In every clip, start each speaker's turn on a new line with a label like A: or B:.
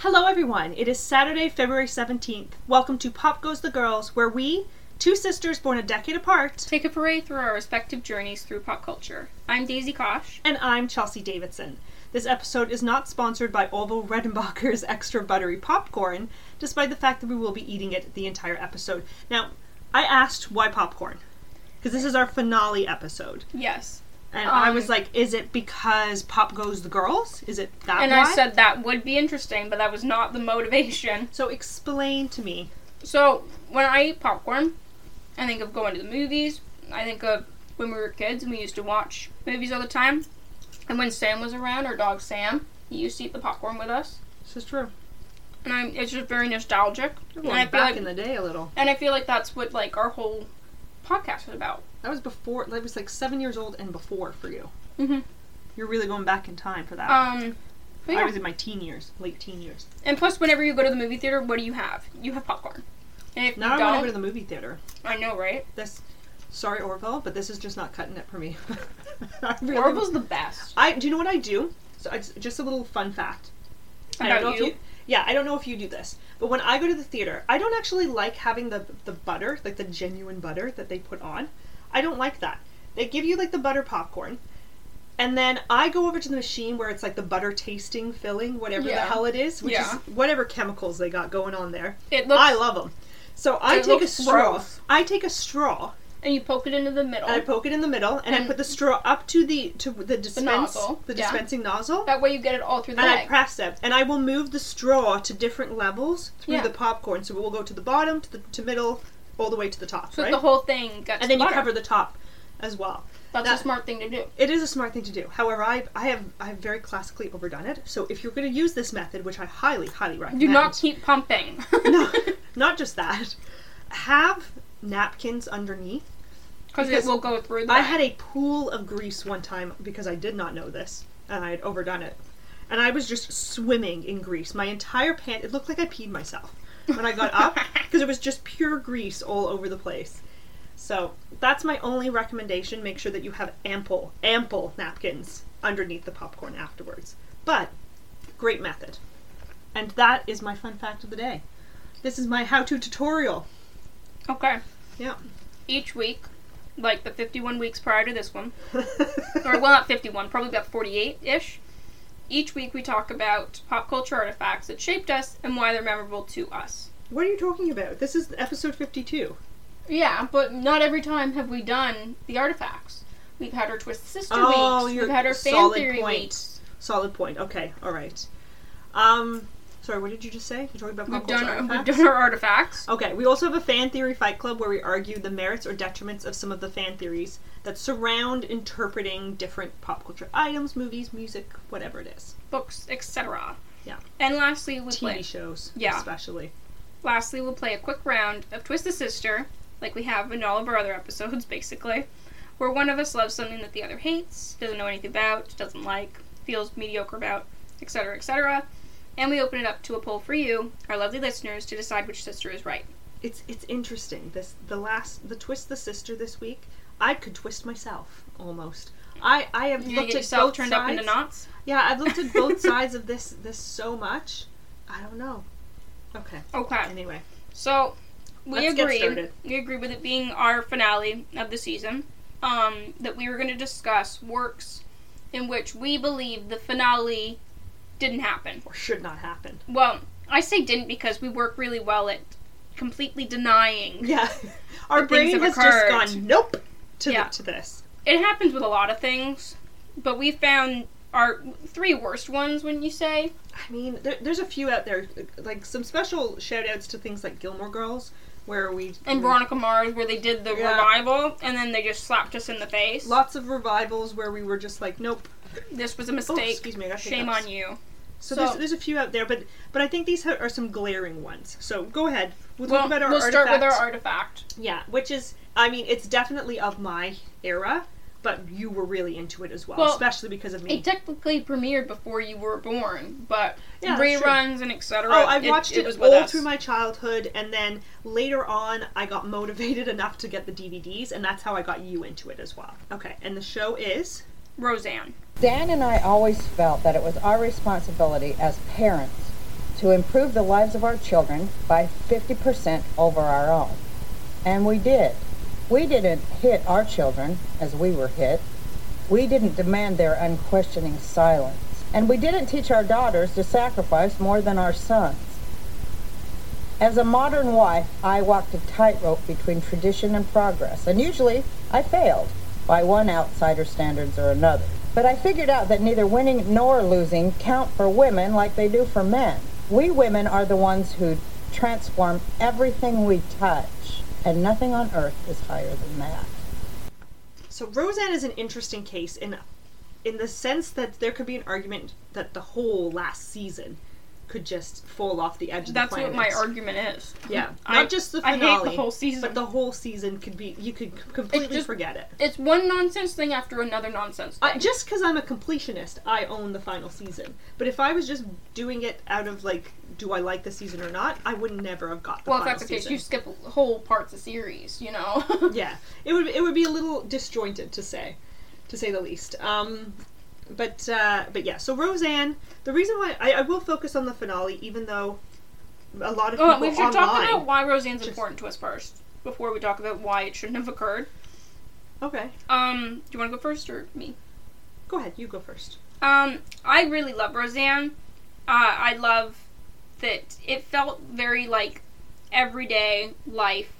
A: Hello, everyone. It is Saturday, February 17th. Welcome to Pop Goes the Girls, where we, two sisters born a decade apart,
B: Take a parade through our respective journeys through pop culture. I'm Daisy Kosh.
A: and I'm Chelsea Davidson. This episode is not sponsored by Orville Redenbacher's Extra Buttery Popcorn, despite the fact that we will be eating it the entire episode. Now, I asked why popcorn? Because this is our finale episode.
B: Yes.
A: And I
B: Um,
A: was like, is it because Pop Goes the Girls? Is it that
B: And
A: why?
B: I said that would be interesting, but that was not the motivation.
A: so explain to me.
B: So, when I eat popcorn, I think of going to the movies. I think of when we were kids and we used to watch movies all the time. And when Sam was around, our dog Sam, he used to eat the popcorn with us.
A: This is true.
B: And I'm, it's just very nostalgic.
A: We're
B: And I
A: going
B: feel
A: back
B: like-
A: in the day a little.
B: And I feel like that's what, like, our whole podcast was about.
A: That was before. That was like seven years old and before for you.
B: Mm-hmm.
A: You're really going back in time for that.
B: Um, but
A: I
B: yeah.
A: was in my teen years, late teen years.
B: And plus, whenever you go to the movie theater, what do you have? You have popcorn. And if
A: Now
B: you
A: I want to
B: don't,
A: go to the movie theater.
B: I know, right?
A: This, sorry Orville, but this is just not cutting it for me. I really-
B: Orville's the best.
A: I do you know what I do? So it's just a little fun fact. I don't
B: About
A: know if
B: you?
A: you. Yeah, I don't know if you do this, but when I go to the theater, I don't actually like having the the butter, like the genuine butter that they put on. I don't like that. They give you like the butter popcorn, and then I go over to the machine where it's like the butter tasting filling, whatever the
B: Yeah.
A: hell it is, which
B: Yeah.
A: is whatever chemicals they got going on there.
B: It looks.
A: I love them. So I
B: It
A: take a
B: looks
A: straw.
B: gross.
A: I take a straw
B: And you poke it into the middle.
A: and I poke it in the middle, and, I
B: And-
A: put the straw up to the to the dispense
B: nozzle,
A: the
B: yeah.
A: dispensing nozzle,
B: that way you get it all through the
A: and I
B: leg.
A: press it, and I will move the straw to different levels through
B: Yeah.
A: the popcorn. So it will go to the bottom, to the to middle, all the way to the top,
B: so
A: right?
B: the whole thing gets
A: and then you
B: butter.
A: cover the top as well.
B: That's
A: that-
B: a smart thing to do.
A: It is a smart thing to do. However, I I have I have very classically overdone it. So if you're going to use this method, which I highly highly recommend,
B: Do not keep pumping.
A: no, not just that, have napkins underneath.
B: Because it
A: because
B: will go through the
A: I had a pool of grease one time because I did not know this and I had overdone it. And I was just swimming in grease. My entire pant it looked like I peed myself when I got up because it was just pure grease all over the place. So, that's my only recommendation. Make sure that you have ample ample napkins underneath the popcorn afterwards. But great method. And that is my fun fact of the day. This is my how-to tutorial.
B: Okay.
A: Yeah.
B: Each week, like the 51 weeks prior to this one, or well, not 51, probably about 48 ish. Each week we talk about pop culture artifacts that shaped us and why they're memorable to us.
A: What are you talking about? This is episode 52.
B: Yeah, but not every time have we done the artifacts. We've had our Twisted Sister
A: Oh,
B: weeks.
A: you're-
B: We've had our fan
A: solid
B: theory
A: point.
B: weeks.
A: Solid point. Okay, all right. Um, sorry, what did you just say? You're talking about
B: We've
A: pop culture
B: done, we've
A: artifacts?
B: done our artifacts.
A: Okay, we also have a fan theory fight club where we argue the merits or detriments of some of the fan theories that surround interpreting different pop culture items, movies, music, whatever it is,
B: books, etc.
A: Yeah.
B: And lastly, we
A: TV
B: play.
A: shows,
B: Yeah.
A: especially.
B: Lastly, we'll play a quick round of Twisted Sister, like we have in all of our other episodes, basically, where one of us loves something that the other hates, doesn't know anything about, doesn't like, feels mediocre about, etc., etc. And we open it up to a poll for you, our lovely listeners, to decide which sister is right.
A: It's it's interesting. This the last the twist the sister this week. I could twist myself almost. I I have
B: You gonna
A: looked
B: get
A: at
B: yourself
A: both
B: turned
A: sides.
B: up into knots?
A: Yeah, I've looked at both sides of this this so much. I don't know. Okay.
B: Okay.
A: Anyway,
B: So we
A: Let's get
B: agreed.
A: started.
B: We agreed with it being our finale of the season. Um, that we were going to discuss works in which we believe the finale didn't happen.
A: or should not happen.
B: Well, I say didn't because we work really well at completely denying.
A: Yeah, our
B: Or things
A: brain has
B: have
A: just
B: occurred.
A: gone nope to
B: Yeah.
A: to this.
B: It happens with a lot of things, but we found our three worst ones. Wouldn't you say?
A: I mean, there, there's a few out there, like some special shout outs to things like Gilmore Girls, where we
B: And Veronica Mars, where they did the
A: Mm. Yeah.
B: revival, and then they just slapped us in the face.
A: lots of revivals where we were just like nope.
B: This was a
A: Oh,
B: mistake.
A: excuse me, I got
B: Shame
A: hiccups.
B: on you.
A: So,
B: So-
A: there's, there's a few out there, but but I think these are some glaring ones. So go ahead. We'll talk
B: Well,
A: about our
B: we'll start with our
A: artifacts.
B: artifact.
A: Yeah, which is, I mean, it's definitely of my era, but you were really into it as well,
B: Well,
A: especially because of me.
B: It technically premiered before you were born, but
A: Yeah, that's true.
B: reruns and etc.
A: oh, I watched it,
B: was with
A: all
B: us.
A: through my childhood, and then later on, I got motivated enough to get the DVDs, and that's how I got you into it as well. Okay, and the show is.
B: Roseanne.
C: Dan and I always felt that it was our responsibility as parents to improve the lives of our children by 50% over our own. And we did. We didn't hit our children as we were hit. We didn't demand their unquestioning silence. And we didn't teach our daughters to sacrifice more than our sons. As a modern wife, I walked a tightrope between tradition and progress, and usually I failed by one outsider's standards or another. But I figured out that neither winning nor losing count for women like they do for men. We women are the ones who transform everything we touch, and nothing on earth is higher than that.
A: So Roseanne is an interesting case in in the sense that there could be an argument that the whole last season could just fall off the edge of
B: That's
A: the
B: what
A: planet.
B: my argument is.
A: Yeah, not
B: I-
A: just the
B: I hate
A: finale,
B: the whole season.
A: but the whole season could be. You could c- completely
B: just-
A: forget it.
B: It's one nonsense thing after another nonsense thing.
A: I, just because I'm a completionist, I own the final season. But if I was just doing it out of like, do I like the season or not, I would never have got the
B: well, if
A: final
B: that's the case,
A: season.
B: you skip whole parts of series, you know?
A: yeah, it would it would be a little disjointed to say, to say the least. Um, but uh, but yeah, so Roseanne. The reason why I, I will focus on the finale, even though a lot of people
B: Oh, we should
A: online.
B: talk about why Roseanne's
A: Just-
B: important to us first, before we talk about why it shouldn't have occurred.
A: okay,
B: Um, do you want to go first or me?
A: go ahead, you go first.
B: Um, I really love Roseanne. Uh, I love that it felt very like everyday life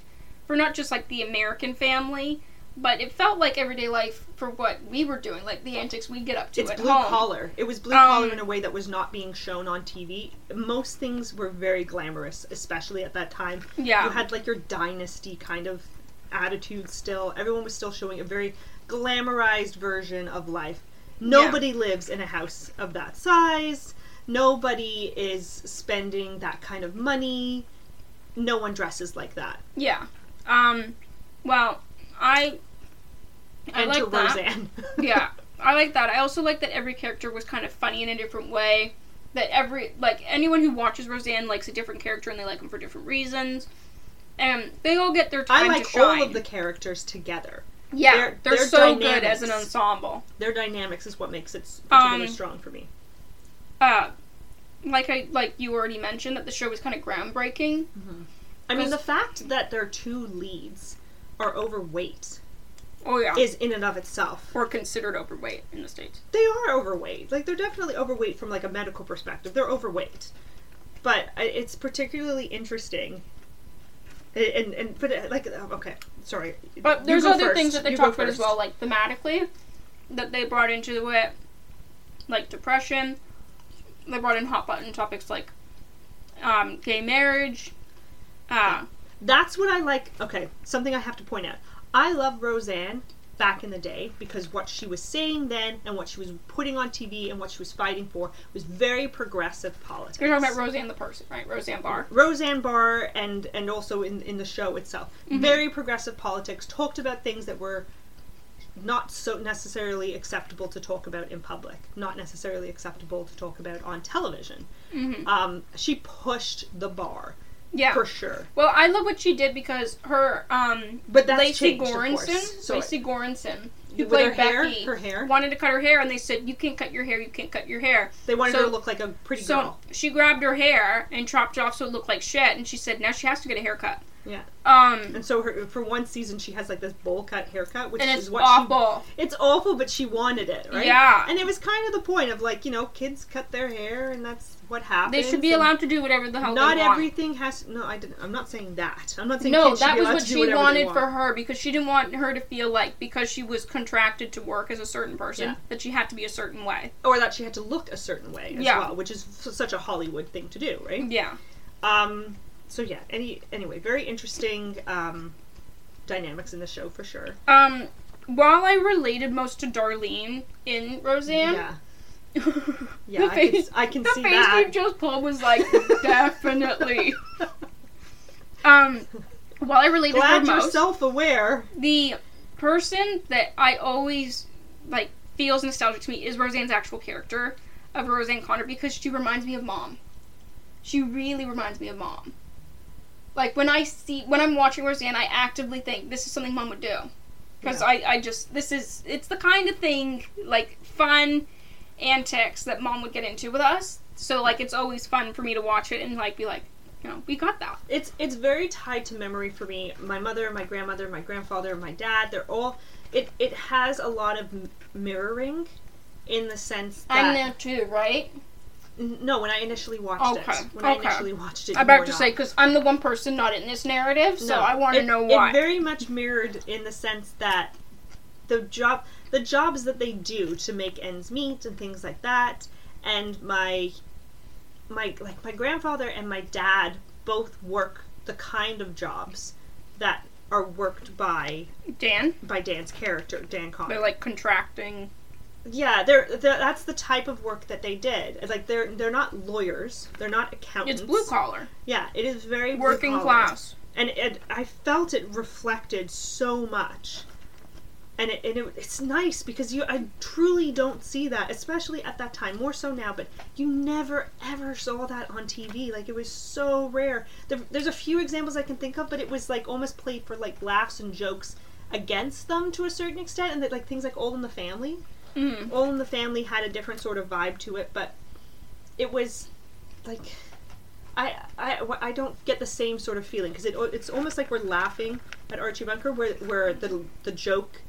B: for not just like the American family, but it felt like everyday life for what we were doing, like the antics we get up to
A: it's
B: at
A: blue
B: home.
A: collar. It was blue
B: Um,
A: collar in a way that was not being shown on TV. Most things were very glamorous, especially at that time.
B: Yeah.
A: You had like your dynasty kind of attitude still. Everyone was still showing a very glamorized version of life. Nobody lives in a house of that size. Nobody is spending that kind of money. No one dresses like that.
B: yeah. Um, well, I I
A: Enter
B: like that.
A: Roseanne.
B: yeah, I like that. I also like that every character was kind of funny in a different way. That every like anyone who watches Roseanne likes a different character and they like them for different reasons. And they all get their
A: I
B: time to
A: like
B: shine.
A: all of the characters together.
B: yeah,
A: their-
B: they're,
A: their
B: so good
A: dynamics.
B: as an ensemble.
A: Their dynamics is what makes it s- particularly
B: Um,
A: strong for me.
B: Uh, like I like you already mentioned that the show was kind of groundbreaking.
A: I mean, the
B: Because-
A: fact that their two leads are overweight
B: Oh yeah,
A: is in and of itself.
B: or considered overweight in the states.
A: They are overweight. Like, they're definitely overweight from, like, a medical perspective. They're overweight. But I- it's particularly interesting. A- And, and but, uh, like, uh, okay, sorry.
B: But
A: You
B: there's
A: go
B: other
A: first.
B: things that they
A: You go
B: talked about as
A: first.
B: well, like thematically, that they brought into it, like depression. They brought in hot button topics like um, gay marriage. Uh,
A: That's what I like. Okay, something I have to point out. I love Roseanne back in the day because what she was saying then and what she was putting on TV and what she was fighting for was very progressive politics.
B: you're talking about Roseanne the person, right? Roseanne Barr.
A: Roseanne Barr and and also in in the show itself.
B: Mm-hmm.
A: Very progressive politics talked about things that were not so necessarily acceptable to talk about in public, not necessarily acceptable to talk about on television. Um, she pushed the bar
B: Mm-hmm. Yeah.
A: for sure.
B: Well, I love what she did because her um,
A: But that's
B: Lacey
A: changed, of
B: Goranson,
A: course. So-
B: Lacey Goranson, who
A: With
B: played
A: her hair-
B: Becky,
A: her hair?
B: wanted to cut her hair, and they said, "You can't cut your hair. You can't cut your hair."
A: They wanted
B: So-
A: her to look like a pretty
B: So
A: girl.
B: she grabbed her hair and chopped it off so it looked like shit, and she said, "Now she has to get a haircut."
A: Yeah.
B: Um,
A: And so her, for one season, she has like this bowl cut haircut, which
B: and
A: is
B: it's
A: what
B: awful.
A: She, it's awful, but she wanted it, right?
B: Yeah.
A: And it was kind of the point of like you know kids cut their hair, and that's what happens.
B: They should be
A: and
B: allowed to do whatever the hell
A: Not
B: they want.
A: everything has. No, I didn't. I'm not saying that. I'm not saying
B: no,
A: kids should
B: that
A: be
B: was
A: allowed
B: what
A: to do
B: she
A: whatever they
B: wanted
A: want.
B: for her because she didn't want her to feel like because she was contracted to work as a certain person
A: Yeah.
B: that she had to be a certain way.
A: or that she had to look a certain way as
B: Yeah.
A: well, which is f- such a Hollywood thing to do, right?
B: Yeah.
A: Um. So yeah. Any anyway, very interesting um, dynamics in the show for sure.
B: Um, while I related most to Darlene in Roseanne,
A: yeah.
B: the
A: Yeah. I can,
B: face-
A: s- I can see
B: face
A: that.
B: you just pulled was like definitely. Um, while I related her
A: Glad you're
B: most,
A: self-aware.
B: the person that I always like feels nostalgic to me is Roseanne's actual character of Roseanne Connor because she reminds me of mom. She really reminds me of mom. Like when I see when I'm watching Roseanne, I actively think this is something mom would do. Because
A: Yeah.
B: I, I just this is it's the kind of thing like fun antics that mom would get into with us So like it's always fun for me to watch it and like be like, you know, we got that.
A: It's it's very tied to memory for me. My mother, my grandmother, my grandfather, my dad, they're all it it has a lot of m- mirroring in the sense
B: I'm
A: that
B: there too, right?
A: N- no, when I initially watched
B: Okay,
A: it, when I
B: okay.
A: initially watched it,
B: I'm
A: you
B: about
A: were
B: to
A: not.
B: say because I'm the one person not in this narrative, so
A: No,
B: I want to
A: it-
B: know why.
A: It very much mirrored in the sense that the job, the jobs that they do to make ends meet and things like that, and my, my like my grandfather and my dad both work the kind of jobs that are worked by
B: Dan,
A: by Dan's character, Dan Connor.
B: they're like contracting.
A: yeah, they're, they that's the type of work that they did. It's Like they're they're not lawyers, they're not accountants.
B: It's blue collar,
A: Yeah, it is very blue
B: working
A: collar.
B: class.
A: and it, I felt it reflected so much. And, it, and it, it's nice because you I truly don't see that, especially at that time, more so now. But you never ever saw that on TV. Like it was so rare. There, there's a few examples I can think of, but it was like almost played for like laughs and jokes against them to a certain extent, and that like things like All in the Family.
B: Mm.
A: All in the Family had a different sort of vibe to it, but it was like I I, I don't get the same sort of feeling because it it's almost like we're laughing at Archie Bunker where where the the joke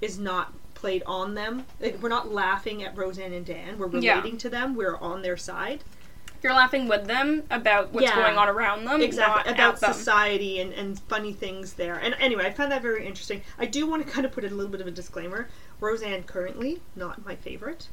A: is not played on them. Like, we're not laughing at Roseanne and Dan. We're
B: Yeah.
A: relating to them. We're on their side.
B: You're laughing with them about what's
A: Yeah.
B: going on around them,
A: exactly
B: not
A: about
B: at them.
A: society and, and funny things there and anyway i found that very interesting i do want to kind of put a little bit of a disclaimer roseanne currently not my favorite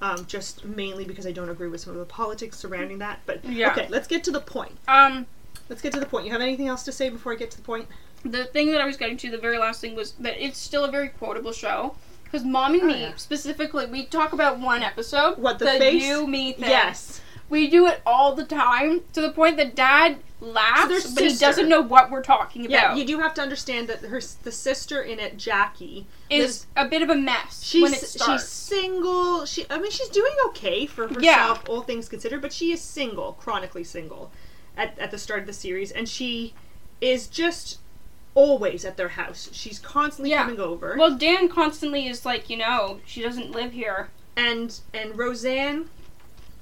A: um, just mainly because i don't agree with some of the politics surrounding that but
B: Yeah.
A: okay let's get to the point
B: Um,
A: let's get to the point you have anything else to say before i get to the point
B: the thing that I was getting to, the very last thing was that it's still a very quotable show. Because mom and
A: Oh,
B: me
A: yeah.
B: specifically, we talk about one episode.
A: What, the face?
B: you me thing.
A: yes
B: we do it all the time to the point that dad
A: they're
B: laughs, but he
A: sister.
B: doesn't know what we're talking
A: yeah
B: about.
A: you do have to understand that her s- the sister in it jackie lives-
B: is a bit of a mess
A: She's
B: when it
A: she's
B: starts.
A: single. She I mean she's doing okay for herself,
B: Yeah.
A: all things considered, but she is single, chronically single at at the start of the series and she is just always at their house. She's constantly
B: Yeah.
A: coming over.
B: well, Dan constantly is like, you know, she doesn't live here.
A: and and Roseanne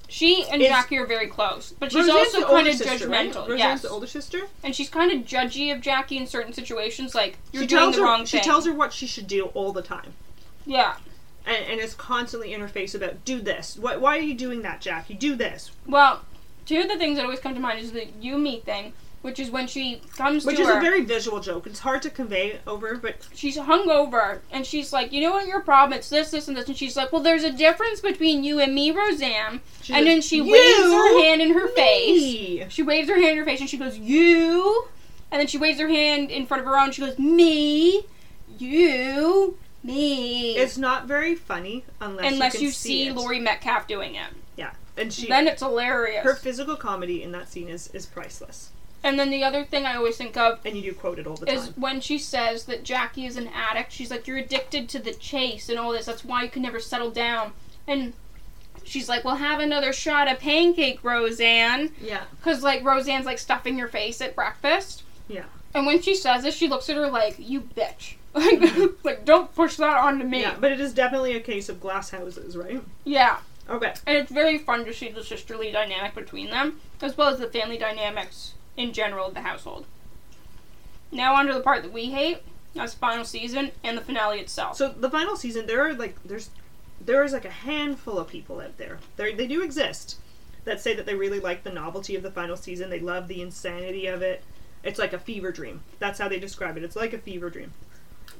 B: She and
A: Is-
B: Jackie are very close, but she's
A: Roseanne's the
B: also kind
A: older
B: of
A: sister, right?
B: judgmental.
A: Roseanne's
B: Yes,
A: the older sister.
B: and she's kind of judgy of Jackie in certain situations, like you're
A: she
B: doing
A: tells
B: the
A: her
B: wrong
A: she
B: thing.
A: tells her what she should do all the time.
B: yeah.
A: And, and is constantly in her face about do this. Why, why are you doing that, Jackie? Do this.
B: Well, two of the things that always come to mind is the you me thing, which is when she comes
A: Which
B: to
A: is
B: her.
A: a very visual joke. It's hard to convey over, but
B: she's hungover and she's like, you know what your problem? It's this, this, and this. And she's like, well, there's a difference between you and me, Roseanne.
A: she's
B: and
A: like,
B: then she
A: "You
B: waves her hand in her face.
A: me."
B: She waves her hand in her face and she goes, you. And then she waves her hand in front of her own. She goes, me, you, me.
A: It's not very funny unless
B: Unless
A: you,
B: you,
A: can
B: see,
A: it.
B: Lori Metcalf doing it,
A: Yeah, and she
B: then it's hilarious.
A: her physical comedy in that scene is is priceless,
B: And then the other thing I always think of
A: and you do quote it all the
B: is
A: time.
B: when she says that Jackie is an addict. She's like, "You're addicted to the chase and all this. That's why you can never settle down." And she's like, "Well, have another shot of pancake, Roseanne,"
A: Yeah,
B: because like Roseanne's like stuffing your face at breakfast.
A: Yeah.
B: And when she says this, she looks at her like, "You bitch." Like, like don't push that onto me.
A: yeah, but it is definitely a case of glass houses, right?
B: yeah.
A: Okay,
B: And it's very fun to see the sisterly dynamic between them, as well as the family dynamics in general of the household. Now on to the part that we hate, that's the final season and the finale itself.
A: so the final season, there are like there's there is like a handful of people out there. They they do exist that say that they really like the novelty of the final season. They love the insanity of it. It's like a fever dream. That's how they describe it. It's like a fever dream.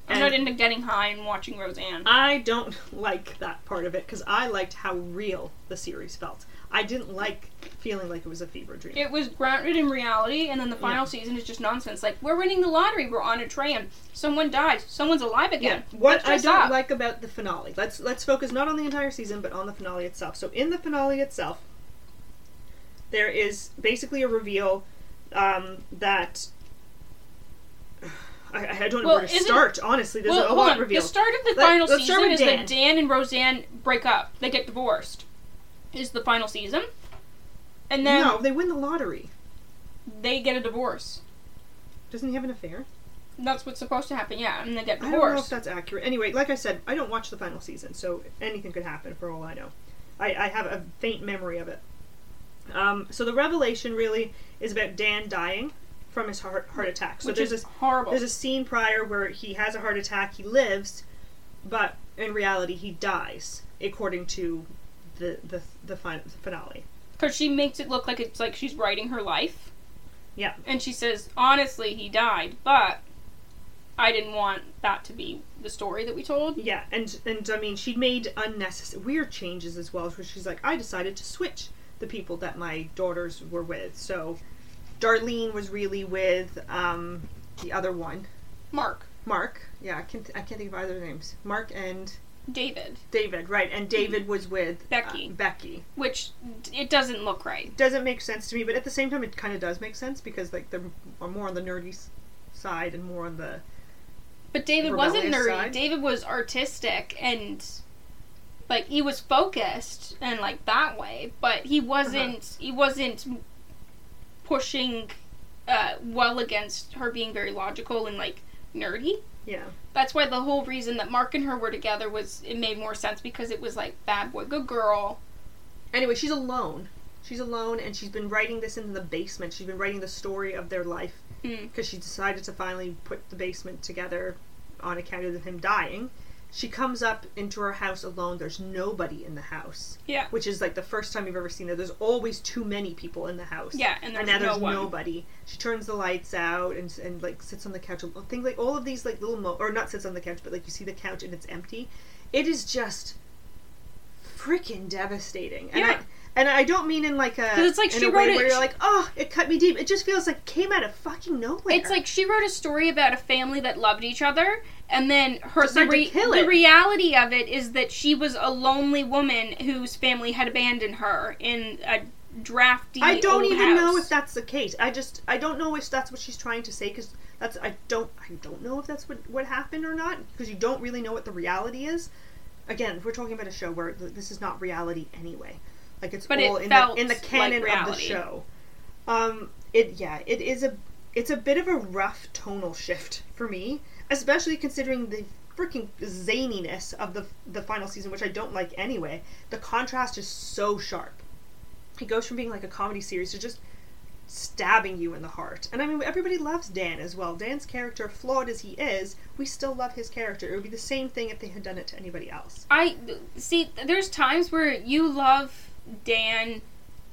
B: I'm not into getting high and watching Roseanne.
A: I don't like that part of it because I liked how real the series felt. I didn't like feeling like it was a fever dream.
B: It was grounded in reality, and then the final season is just nonsense. Like, we're winning the lottery, we're on a train, someone dies, someone's alive
A: Yeah.
B: again.
A: What
B: Let's
A: I
B: dress
A: don't
B: up.
A: like about the finale. Let's let's focus not on the entire season but on the finale itself. So in the finale itself, there is basically a reveal um, that I, I don't know
B: Well,
A: where to
B: isn't-
A: start. Honestly, there's
B: well,
A: a
B: hold
A: lot
B: on. The
A: revealed.
B: start of the
A: Let-
B: final
A: let's
B: season
A: start with
B: is
A: Dan.
B: that Dan and Roseanne break up. They get divorced. Is the final season, and then
A: no, they win the lottery.
B: they get a divorce.
A: Doesn't he have an affair?
B: That's what's supposed to happen, yeah, and they get
A: I don't know if
B: divorced.
A: that's accurate. Anyway, like I said, I don't watch the final season, so anything could happen for all I know. I, I have a faint memory of it. Um, so the revelation really is about Dan dying from his heart heart attack. So
B: which
A: there's
B: is
A: this
B: horrible.
A: there's a scene prior where he has a heart attack, he lives, but in reality he dies according to the the the, fin- the finale.
B: Because she makes it look like it's like she's writing her life.
A: Yeah.
B: And she says, honestly, he died, but I didn't want that to be the story that we told.
A: Yeah, and and I mean she made unnecessary weird changes as well, where she's like, I decided to switch the people that my daughters were with. So Darlene was really with um, the other one,
B: Mark,
A: Mark. Yeah, I can't I can't think of either names. Mark and
B: David,
A: David, right? And David was with uh,
B: Becky.
A: Becky.
B: which d- it doesn't look right.
A: doesn't make sense to me, but at the same time, it kind of does make sense because like they're m- more on the nerdy s- side and more on the
B: But David wasn't
A: Rebellious
B: nerdy.
A: side.
B: David was artistic and like he was focused and like that way,
A: Uh-huh.
B: but he wasn't he wasn't pushing uh, well against her being very logical and like nerdy.
A: yeah
B: That's why the whole reason that Mark and her were together was it made more sense because it was like bad boy, good girl.
A: anyway she's alone she's alone and she's been writing this in the basement she's been writing the story of their life
B: Hmm.
A: because she decided to finally put the basement together on account of him dying she comes up into her house alone there's nobody in the house
B: Yeah.
A: which is like the first time you've ever seen that there's always too many people in the house
B: Yeah, and
A: and
B: there's,
A: now there's
B: no one.
A: nobody. She turns the lights out and and like sits on the couch. I think like all of these like little mo or not sits on the couch, but like you see the couch and it's empty. It is just freaking devastating. And I
B: Yeah.
A: and I don't mean in like a
B: 'Cause it's like
A: in
B: she
A: a
B: wrote
A: way
B: it-
A: where
B: she-
A: you're like oh it cut me deep. It just feels like it came out of fucking nowhere.
B: It's like she wrote a story about a family that loved each other, and then her the,
A: Decided to
B: re-
A: kill
B: the
A: it.
B: reality of it is that she was a lonely woman whose family had abandoned her in a drafty.
A: I don't
B: old
A: even know
B: house.
A: if that's the case. I just I don't know if that's what she's trying to say because that's I don't I don't know if that's what what happened or not because you don't really know what the reality is. Again, we're talking about a show where th- this is not reality anyway. Like it's
B: But it
A: all in the
B: felt
A: in the
B: like
A: canon of the
B: reality.
A: show. Um, it yeah, it is a it's a bit of a rough tonal shift for me, especially considering the freaking zaniness of the the final season, which I don't like anyway. The contrast is so sharp. It goes from being like a comedy series to just stabbing you in the heart. And I mean, everybody loves Dan as well. Dan's character, flawed as he is, we still love his character. It would be the same thing if they had done it to anybody else.
B: I see. There's times where you love Dan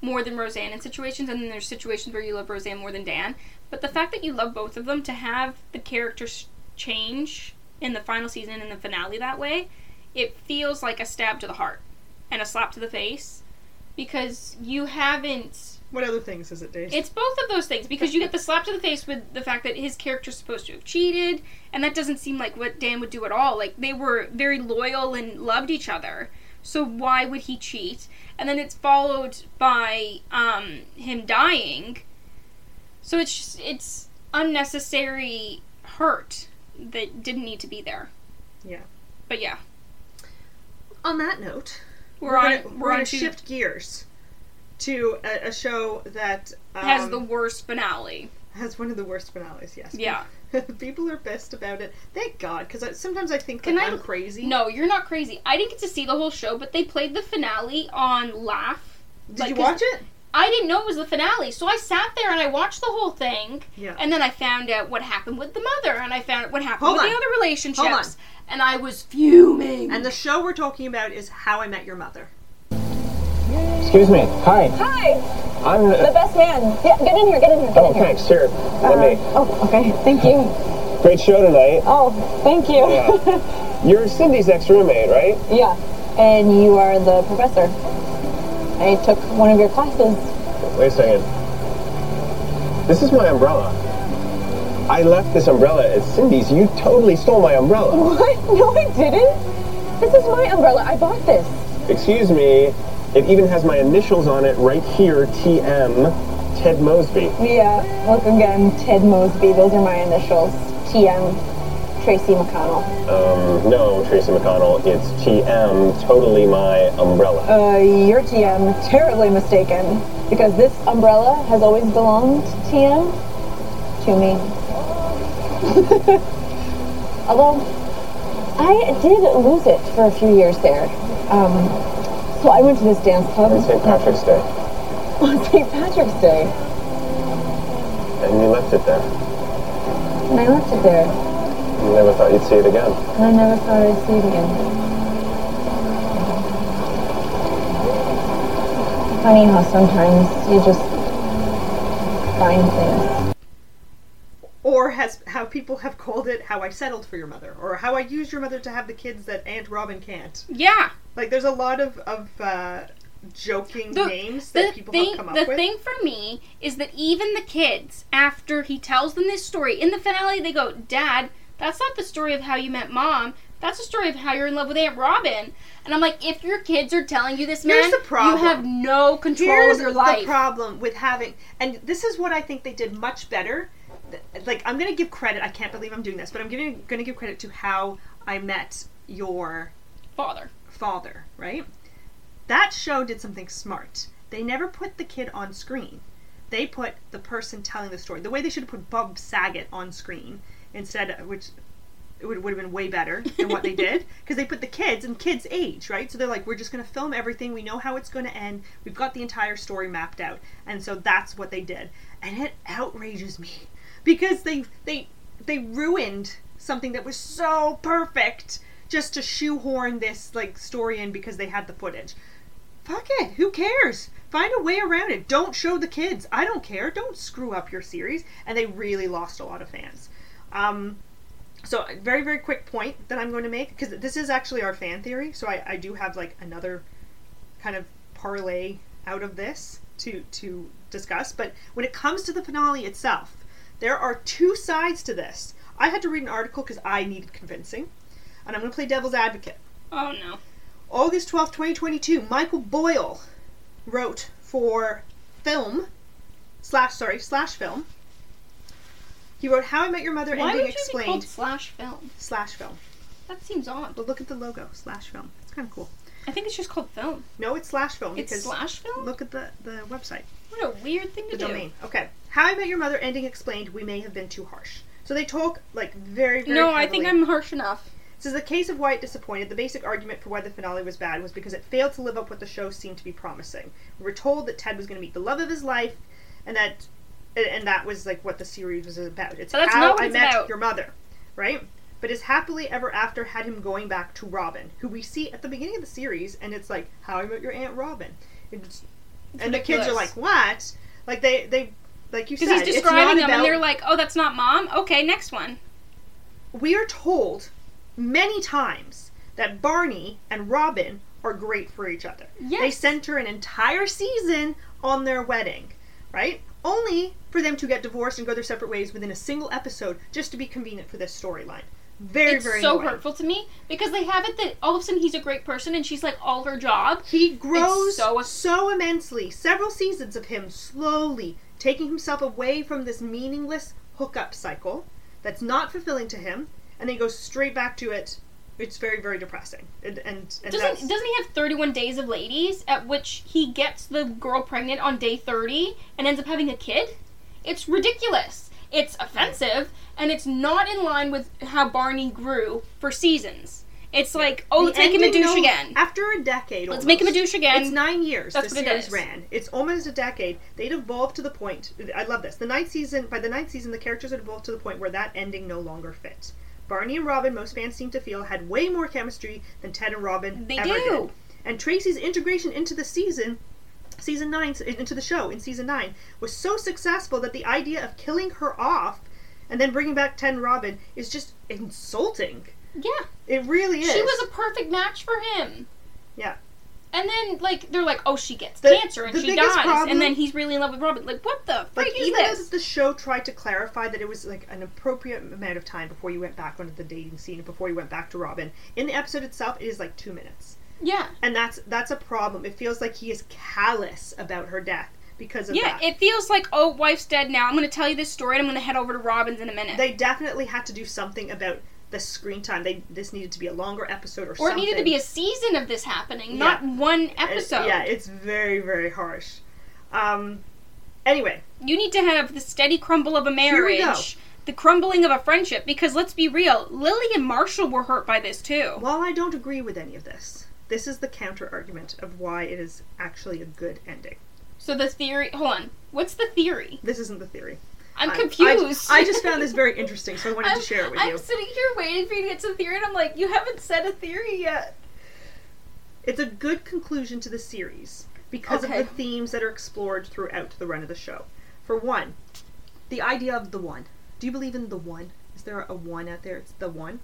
B: more than Roseanne in situations, and then there's situations where you love Roseanne more than Dan. But the fact that you love both of them to have the characters change in the final season and the finale that way, it feels like a stab to the heart and a slap to the face because you haven't.
A: What other things is it, Dave?
B: It's both of those things because you get the slap to the face with the fact that his character's supposed to have cheated, and that doesn't seem like what Dan would do at all. Like they were very loyal and loved each other, so why would he cheat? And then it's followed by um, him dying, so it's just, it's unnecessary hurt that didn't need to be there.
A: Yeah.
B: but yeah,
A: on that note,
B: we're,
A: we're,
B: on
A: gonna,
B: we're,
A: we're gonna
B: on to
A: shift gears to a, a show that um,
B: has the worst finale.
A: has one of the worst finales. Yes.
B: Yeah,
A: People are pissed about it. Thank God, because I, sometimes I think
B: Can
A: like,
B: I-
A: I'm crazy.
B: no, you're not crazy. I didn't get to see the whole show, but they played the finale on Laugh.
A: Did
B: like,
A: you
B: 'cause-
A: watch it?
B: I didn't know it was the finale, so I sat there and I watched the whole thing,
A: Yeah.
B: and then I found out what happened with the mother, and I found out what happened
A: Hold
B: with
A: on.
B: the other relationships,
A: Hold on.
B: and I was fuming.
A: And the show we're talking about is How I Met Your Mother.
D: Excuse me. Hi.
E: Hi,
D: I'm. uh,
E: the best man. Yeah, get in here, get in here, get
D: oh,
E: in here.
D: thanks. Here. Let me.
E: Oh, okay, thank you.
D: Great show tonight.
E: Oh, thank you.
D: You're Cindy's ex-roommate, right?
E: yeah, and you are the professor. I took one of your classes.
D: Wait a second. This is my umbrella. I left this umbrella at Cindy's. You totally stole my umbrella.
E: What? No, I didn't. This is my umbrella. I bought this.
D: Excuse me. It even has my initials on it right here. T.M. Ted Mosby.
E: Yeah, look again, Ted Mosby. Those are my initials. TM Tracy McConnell.
D: Um, no, Tracy McConnell. It's T.M. Totally my umbrella.
E: Uh, you're TM terribly mistaken because this umbrella has always belonged TM to me. Although I did lose it for a few years there. Um, So I went to this dance club
D: on St. Patrick's Day,
E: on St. Patrick's Day,
D: and you left it there.
E: and I left it there.
D: You never thought you'd see it again.
E: And I never thought I'd see it again. Funny how sometimes you just find things.
A: or has how people have called it how I settled for your mother or how I used your mother to have the kids that Aunt Robin can't.
B: Yeah.
A: Like there's a lot of of uh, joking names
B: the
A: that people
B: thing,
A: have come up
B: the
A: with.
B: thing for me is that even the kids, after he tells them this story in the finale, they go, "Dad, that's not the story of how you met mom. That's the story of how you're in love with Aunt Robin." And I'm like, if your kids are telling you this,
A: Here's
B: man,
A: the problem.
B: you have no control
A: Here's
B: of your life.
A: the problem with having, and this is what I think they did much better. Th- Like I'm gonna give credit. I can't believe I'm doing this, but I'm giving gonna give credit to how I met your
B: Father,
A: father, right? That show did something smart. They never put the kid on screen. They put the person telling the story. The way they should have put Bob Saget on screen instead, which it would, would have been way better than what they did, because they put the kids and kids' age, right? So they're like, we're just going to film everything. We know how it's going to end. We've got the entire story mapped out, and so that's what they did. And it outrages me because they they they ruined something that was so perfect just to shoehorn this like story in because they had the footage. Fuck it. Who cares? Find a way around it. Don't show the kids. I don't care. Don't screw up your series. And they really lost a lot of fans. Um, so a very very quick point that I'm going to make because this is actually our fan theory. So I, I do have like another kind of parlay out of this to to discuss. But when it comes to the finale itself, there are two sides to this. I had to read an article because I needed convincing, and I'm going to play devil's advocate.
B: oh no,
A: August twelfth, 2022, Michael Boyle wrote for film slash sorry slash film. He wrote How I Met Your Mother
B: why
A: ending
B: would you be
A: explained
B: called slash film?
A: slash film.
B: That seems odd.
A: But look at the logo, slash film. It's kind of cool.
B: I think it's just called film.
A: No, it's slash film
B: It's
A: because
B: slash film.
A: look at the the website,
B: what a weird thing to
A: the
B: do.
A: domain. Okay, How I Met Your Mother ending explained. We may have been too harsh. So they talk like very very.
B: No, I think
A: heavily.
B: I'm harsh enough.
A: It says the case of why it disappointed. The basic argument for why the finale was bad was because it failed to live up what the show seemed to be promising. We were told that Ted was going to meet the love of his life, and that and that was like what the series was about. It's
B: But that's
A: how
B: not what
A: I
B: it's
A: met
B: about.
A: your mother, right? But his happily ever after had him going back to Robin, who we see at the beginning of the series, and it's like how I met your aunt Robin, It's- and the kids are
B: ridiculous.
A: like what? Like they they like you said
B: Because he's
A: it's
B: describing
A: not
B: them, and
A: about-
B: they're like, "Oh, that's not mom." Okay, next one.
A: we are told many times that Barney and Robin are great for each other. They
B: Yes.
A: sent her an entire season on their wedding, right? Only for them to get divorced and go their separate ways within a single episode just to be convenient for this storyline. Very,
B: it's
A: very
B: so
A: annoying.
B: hurtful to me because they have it that all of a sudden he's a great person and she's like all her job.
A: He grows so,
B: so-
A: immensely. Several seasons of him slowly taking himself away from this meaningless hookup cycle that's not fulfilling to him, and then he goes straight back to it. It's very, very depressing. And, and, and that's-
B: Doesn't doesn't he have 31 days of ladies at which he gets the girl pregnant on day 30 and ends up having a kid? It's ridiculous. It's offensive and it's not in line with how Barney grew for seasons. It's like, "Oh,
A: The
B: let's make him a
A: ending
B: douche
A: no-
B: again."
A: After a decade,
B: Let's make him a
A: almost.
B: douche again.
A: It's nine years
B: That's
A: the
B: what it
A: series
B: is.
A: ran. It's almost a decade. They'd evolved to the point. I love this. The ninth season. By the ninth season, the characters had evolved to the point where that ending no longer fit. Barney and Robin, most fans seem to feel, had way more chemistry than Ted and Robin
B: They
A: ever
B: do.
A: did. And Tracy's integration into the season, season nine, into the show in season nine, was so successful that the idea of killing her off and then bringing back Ted and Robin is just insulting.
B: yeah.
A: It really is.
B: She was a perfect match for him.
A: Yeah.
B: And then, like, they're like, oh, she gets
A: The-
B: cancer and
A: the
B: she
A: biggest
B: dies.
A: problem-
B: and then he's really in love with Robin. Like, what the freak
A: like
B: is
A: even
B: this?
A: as the show tried to clarify that it was like an appropriate amount of time before you went back onto the dating scene and before you went back to Robin, in the episode itself it is like two minutes.
B: yeah.
A: And that's that's a problem. It feels like he is callous about her death because of
B: Yeah,
A: that.
B: it feels like, oh, wife's dead now. I'm going to tell you this story and I'm going to head over to Robin's in a minute.
A: they definitely had to do something about the screen time. They this needed to be a longer episode or,
B: or
A: something.
B: it needed to be a season of this happening,
A: Yeah.
B: not one
A: It-
B: episode.
A: yeah, it's very, very harsh. Um anyway,
B: You need to have the steady crumble of a
A: Here we
B: marriage,
A: go.
B: the crumbling of a friendship, because let's be real, Lily and Marshall were hurt by this too.
A: while I don't agree with any of this, This is the counter argument of why it is actually a good ending.
B: So the theory. Hold on. What's the theory?
A: This isn't the theory.
B: I'm
A: I- I-
B: confused.
A: I, just found this very interesting, so I wanted to share it with
B: I'm
A: you.
B: sitting here waiting for you to get to the theory, and I'm like, you haven't said a theory yet.
A: It's a good conclusion to the series because
B: Okay.
A: of the themes that are explored throughout the run of the show. For one, the idea of the one. Do you believe in the one? Is there a one out there? It's the one.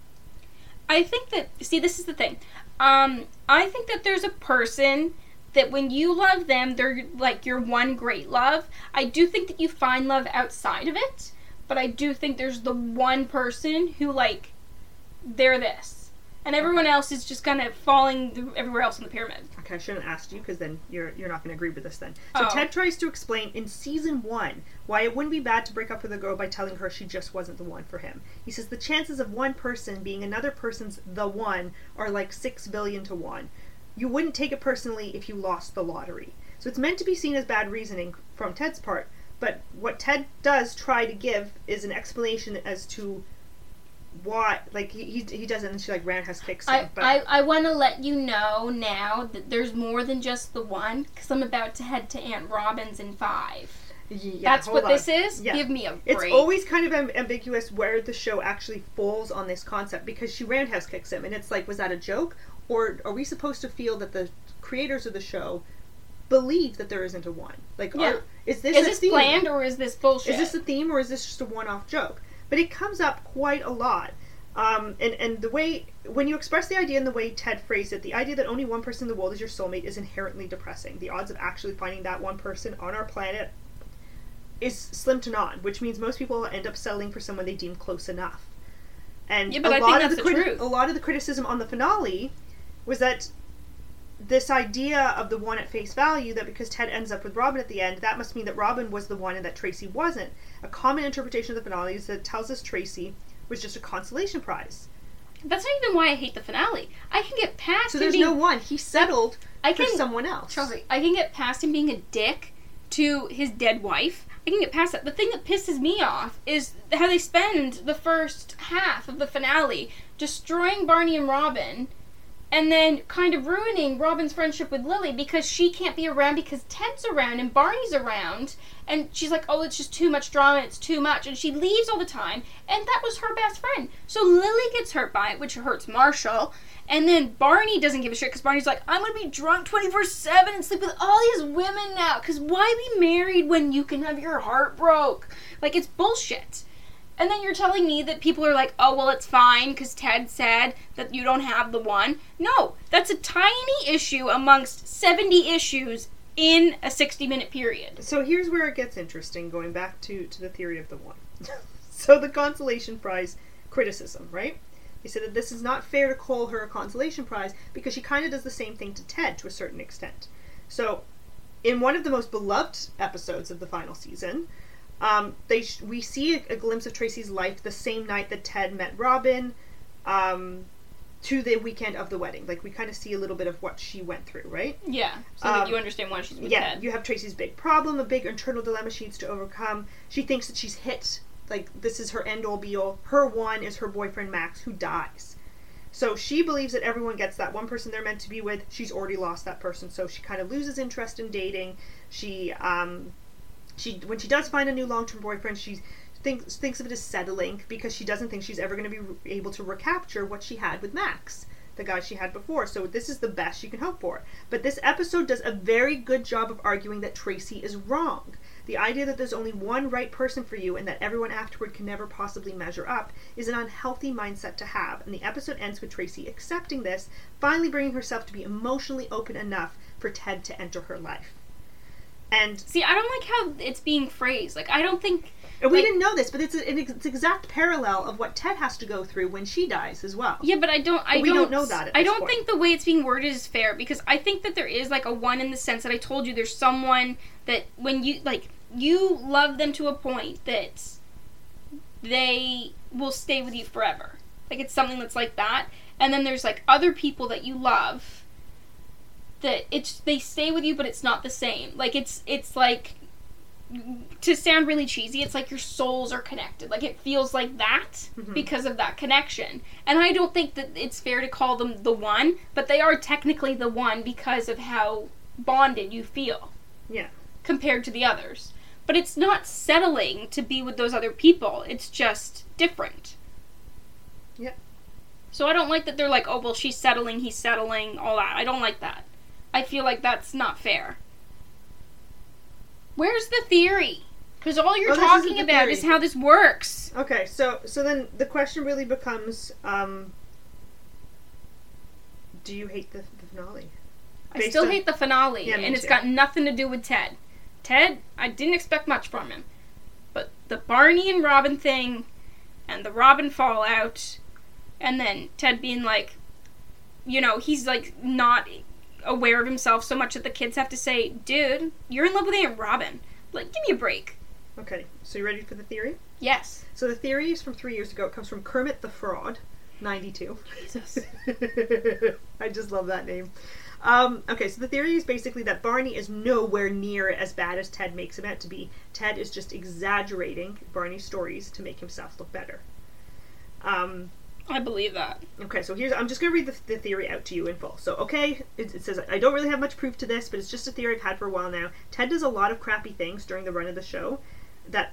B: I think that see this is the thing. Um, I think that there's a person that when you love them, they're like your one great love. I do think that you find love outside of it, but I do think there's the one person who like they're this, and everyone else is just kind of falling th- everywhere else in the pyramid.
A: Okay, I shouldn't have asked you because then you're you're not going to agree with this then. So
B: Oh.
A: Ted tries to explain in season one why it wouldn't be bad to break up with a girl by telling her she just wasn't the one for him. He says the chances of one person being another person's the one are like six billion to one. You wouldn't take it personally if you lost the lottery. So it's meant to be seen as bad reasoning from Ted's part, but what Ted does try to give is an explanation as to why. Like he he, he does it and she like roundhouse kicks him.
B: I,
A: but
B: I, I want to let you know now that there's more than just the one because I'm about to head to Aunt Robin's in five.
A: yeah,
B: That's
A: hold
B: what
A: on.
B: this is.
A: Yeah.
B: Give me a break.
A: It's always kind of am- ambiguous where the show actually falls on this concept because she roundhouse kicks him, and it's like, was that a joke, or are we supposed to feel that the creators of the show believe that there isn't a one? Like,
B: Yeah.
A: are, is this
B: is
A: a
B: this
A: theme?
B: planned or is this bullshit?
A: Is this a theme or is this just a one-off joke? But it comes up quite a lot. Um, and, and the way, when you express the idea in the way Ted phrased it, the idea that only one person in the world is your soulmate is inherently depressing. The odds of actually finding that one person on our planet is slim to none, which means most people end up settling for someone they deem close enough. And
B: Yeah, but
A: a
B: I think
A: lot of
B: that's
A: the,
B: the
A: criti-
B: truth.
A: a lot of the criticism on the finale was that this idea of the one at face value that because Ted ends up with Robin at the end, that must mean that Robin was the one and that Tracy wasn't. A common interpretation of the finale is that it tells us Tracy was just a consolation prize.
B: That's not even why I hate the finale. I can get past
A: So
B: him
A: there's
B: being
A: no one. He settled
B: I
A: for
B: can
A: someone else.
B: Chelsea, I can get past him being a dick to his dead wife. I can get past that. The thing that pisses me off is how they spend the first half of the finale destroying Barney and Robin and then kind of ruining Robin's friendship with Lily because she can't be around because Ted's around and Barney's around and she's like, "Oh, it's just too much drama. It's too much." And she leaves all the time, and that was her best friend. So Lily gets hurt by it, which hurts Marshall. And then Barney doesn't give a shit because Barney's like, "I'm gonna be drunk 24/7 and sleep with all these women now. Cause why be married when you can have your heart broke? Like it's bullshit." And then you're telling me that people are like, oh, well, it's fine because Ted said that you don't have the one. No, that's a tiny issue amongst 70 issues in a 60 minute period.
A: So here's where it gets interesting, going back to, to the theory of the one. so the consolation prize criticism, right? They said that this is not fair to call her a consolation prize because she kind of does the same thing to Ted to a certain extent. So, in one of the most beloved episodes of the final season, um, they sh- we see a, a glimpse of Tracy's life the same night that Ted met Robin, um, to the weekend of the wedding. Like we kind of see a little bit of what she went through, right?
B: Yeah, so
A: Um,
B: that you understand why she's with
A: yeah,
B: Ted.
A: you have Tracy's big problem, a big internal dilemma she needs to overcome. She thinks that she's hit. Like, this is her end all be all. Her one is her boyfriend, Max, who dies. So she believes that everyone gets that one person they're meant to be with. She's already lost that person, so she kind of loses interest in dating. She, um, she when she does find a new long term boyfriend, she thinks thinks of it as settling because she doesn't think she's ever going to be re- able to recapture what she had with Max, the guy she had before. So this is the best she can hope for. But this episode does a very good job of arguing that Tracy is wrong. The idea that there's only one right person for you and that everyone afterward can never possibly measure up is an unhealthy mindset to have, and the episode ends with Tracy accepting this, finally bringing herself to be emotionally open enough for Ted to enter her life. And
B: See, I don't like how it's being phrased. Like, I don't think.
A: and we
B: Like-
A: didn't know this, but it's an ex- it's exact parallel of what Ted has to go through when she dies as well.
B: Yeah, but I don't. I
A: But we don't
B: don't
A: know that at
B: I
A: this
B: don't
A: point.
B: think the way it's being worded is fair because I think that there is like a one in the sense that I told you there's someone that when you like you love them to a point that they will stay with you forever. Like it's something that's like that, and then there's like other people that you love that it's they stay with you, but it's not the same. Like it's it's like to sound really cheesy, it's like your souls are connected. Like it feels like that because of that connection. And I don't think that it's fair to call them the one, but they are technically the one because of how bonded you feel
A: Yeah.
B: compared to the others. But it's not settling to be with those other people. It's just different.
A: Yeah.
B: So I don't like that they're like, oh well, she's settling, he's settling, all that. I don't like that. I feel like that's not fair. Where's the theory? Because all you're
A: Oh, this isn't
B: talking
A: the
B: about
A: theory.
B: is how this works.
A: Okay, so so then the question really becomes, um, do you hate the, the finale?
B: I
A: Based
B: still
A: on-
B: hate the finale,
A: Yeah, me
B: and it's
A: too.
B: got nothing to do with Ted. Ted, I didn't expect much from him. But the Barney and Robin thing, and the Robin fallout, and then Ted being like, you know, he's like not aware of himself so much that the kids have to say, dude, you're in love with Aunt Robin. Like, give me a break.
A: Okay, so you ready for the theory?
B: Yes.
A: So the theory is from three years ago. It comes from Kermit the Fraud, ninety-two.
B: Jesus.
A: I just love that name. Um, okay, so the theory is basically that Barney is nowhere near as bad as Ted makes him out to be. Ted is just exaggerating Barney's stories to make himself look better. Um,
B: I believe that.
A: Okay, so here's I'm just gonna read the, the theory out to you in full. So, okay, it, it says I don't really have much proof to this, but it's just a theory I've had for a while now. Ted does a lot of crappy things during the run of the show. That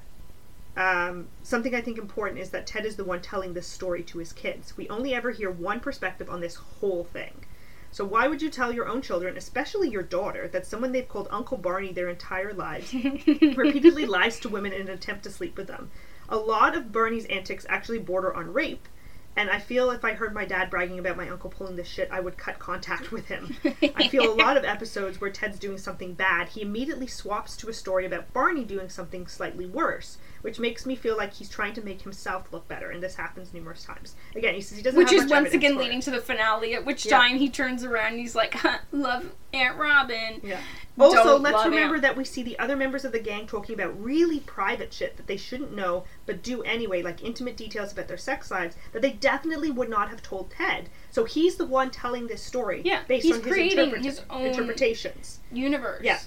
A: um, something I think important is that Ted is the one telling this story to his kids. We only ever hear one perspective on this whole thing. So why would you tell your own children, especially your daughter, that someone they've called Uncle Barney their entire lives repeatedly lies to women in an attempt to sleep with them? A lot of Barney's antics actually border on rape, and I feel if I heard my dad bragging about my uncle pulling this shit, I would cut contact with him. I feel a lot of episodes where Ted's doing something bad, he immediately swaps to a story about Barney doing something slightly worse, which makes me feel like he's trying to make himself look better, and this happens numerous times. Again, he says he doesn't
B: Which
A: have
B: is
A: much
B: once
A: evidence
B: again
A: for
B: leading
A: it.
B: to the finale, at which
A: Yeah.
B: time he turns around and he's like, huh, love Aunt Robin.
A: Yeah. Also,
B: Don't
A: let's
B: love
A: remember
B: him.
A: that we see the other members of the gang talking about really private shit that they shouldn't know, but do anyway, like intimate details about their sex lives that they definitely would not have told Ted. So he's the one telling this story.
B: Yeah,
A: based
B: he's
A: on his,
B: creating
A: interpreta-
B: his own-
A: interpretations.
B: Universe.
A: Yeah.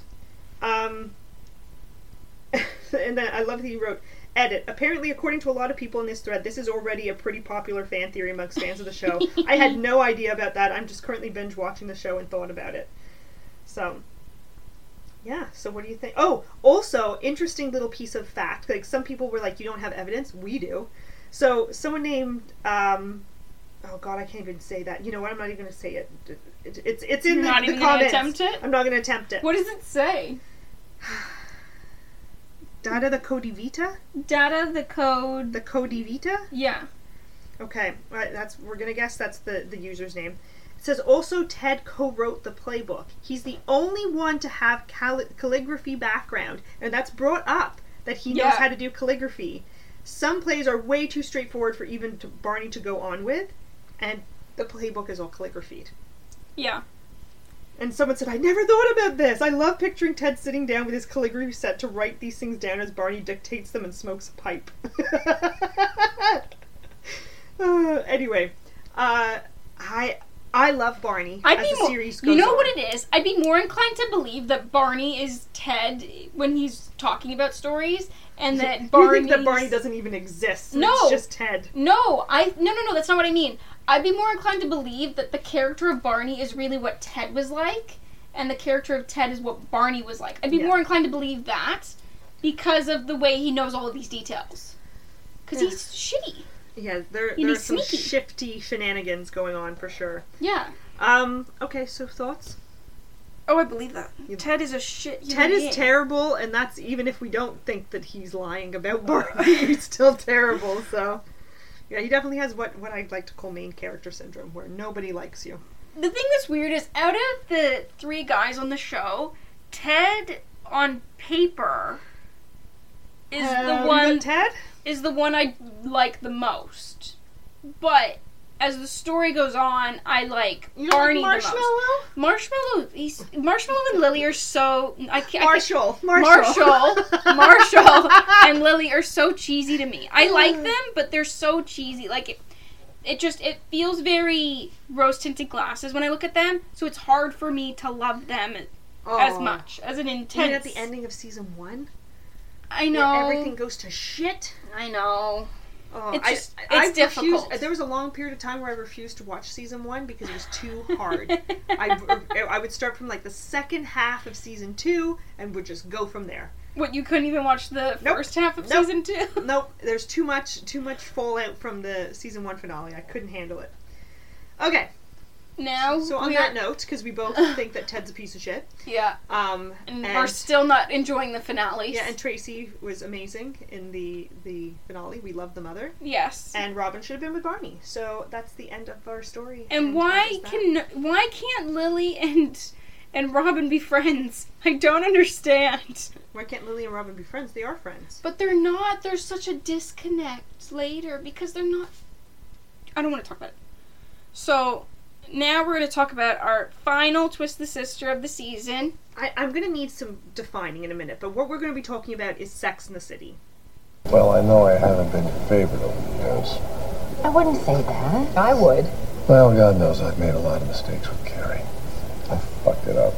A: Um, and then I love that you wrote edit. Apparently, according to a lot of people in this thread, this is already a pretty popular fan theory amongst fans of the show. I had no idea about that. I'm just currently binge watching the show and thought about it. So, yeah. So, what do you think? Oh, also interesting little piece of fact. Like some people were like, "You don't have evidence." We do. So, someone named. Um, Oh god, I can't even say that. You know what? I'm not even gonna say it. It- It's it's in
B: You're
A: the,
B: not
A: the
B: even gonna
A: comments.
B: attempt it?
A: I'm not gonna attempt it.
B: What does it say?
A: Data the Codivita?
B: Data the code.
A: The Codivita?
B: yeah.
A: Okay, right, that's we're gonna guess that's the, the user's name. It says also Ted co-wrote the playbook. He's the only one to have cal- calligraphy background, and that's brought up that he knows
B: Yeah.
A: how to do calligraphy. Some plays are way too straightforward for even to Barney to go on with, and the playbook is all calligraphied.
B: Yeah.
A: And someone said, I never thought about this. I love picturing Ted sitting down with his calligraphy set to write these things down as Barney dictates them and smokes a pipe. Uh, anyway, uh, I I love Barney.
B: I'd
A: as
B: be
A: the
B: more.
A: series
B: You
A: goes
B: know
A: on.
B: what it is? I'd be more inclined to believe that Barney is Ted when he's talking about stories, and that
A: You
B: Barney.
A: think that Barney doesn't even exist. and
B: No.
A: It's just Ted.
B: No, I no no no. That's not what I mean. I'd be more inclined to believe that the character of Barney is really what Ted was like, and the character of Ted is what Barney was like. I'd be
A: Yeah.
B: more inclined to believe that because of the way he knows all of these details. Because
A: Yeah.
B: he's shitty.
A: Yeah, there,
B: And
A: there are
B: he's
A: some
B: sneaky.
A: shifty shenanigans going on for sure.
B: Yeah.
A: Um, okay, so thoughts?
B: Oh, I believe that.
A: You-
B: Ted is a shit.
A: Ted is terrible, and that's even if we don't think that he's lying about Barney. he's still terrible. So, yeah, he definitely has what what I'd like to call main character syndrome, where nobody likes you.
B: The thing that's weird is out of the three guys on the show, Ted on paper is
A: Um,
B: the one
A: Ted?
B: is the one I like the most. But as the story goes on, I like
A: You don't
B: Barney
A: like Marshmallow?
B: the most. Marshmallow, he's, Marshmallow and Lily are so I can't. I can't-
A: Marshall.
B: Marshall, Marshall, and Lily are so cheesy to me. I like them, but they're so cheesy. Like it, it just it feels very rose tinted glasses when I look at them. So it's hard for me to love them as
A: Aw.
B: much as an
A: Even
B: intense.
A: at the ending of season one,
B: I
A: where
B: know.
A: everything goes to shit.
B: I know.
A: Oh,
B: It's
A: I,
B: just-
A: I- I
B: it's
A: refused-
B: difficult.
A: there was a long period of time where I refused to watch season one because it was too hard. I, I would start from like the second half of season two and would just go from there.
B: what you couldn't even watch the
A: Nope.
B: first half of
A: Nope.
B: season two.
A: Nope, there's too much too much fallout from the season one finale. I couldn't handle it. Okay,
B: Now
A: so on
B: we
A: that
B: are-
A: note, because we both think that Ted's a piece of shit,
B: yeah,
A: um,
B: and, we're still not enjoying the finale.
A: yeah, and Tracy was amazing in the the finale. We love the mother,
B: yes.
A: and Robin should have been with Barney. So that's the end of our story.
B: And
A: that
B: why
A: is that.
B: can why can't Lily and and Robin be friends? I don't understand.
A: Why can't Lily and Robin be friends? They are friends.
B: But they're not. There's such a disconnect later because they're not. I don't want to talk about it. So now we're going to talk about our final twist the sister of the season.
A: I, I'm going to need some defining in a minute, but what we're going to be talking about is Sex in the City.
F: Well, I know I haven't been your favorite over the years.
C: I wouldn't say that. I would.
F: Well, God knows I've made a lot of mistakes with Carrie. I've fucked it up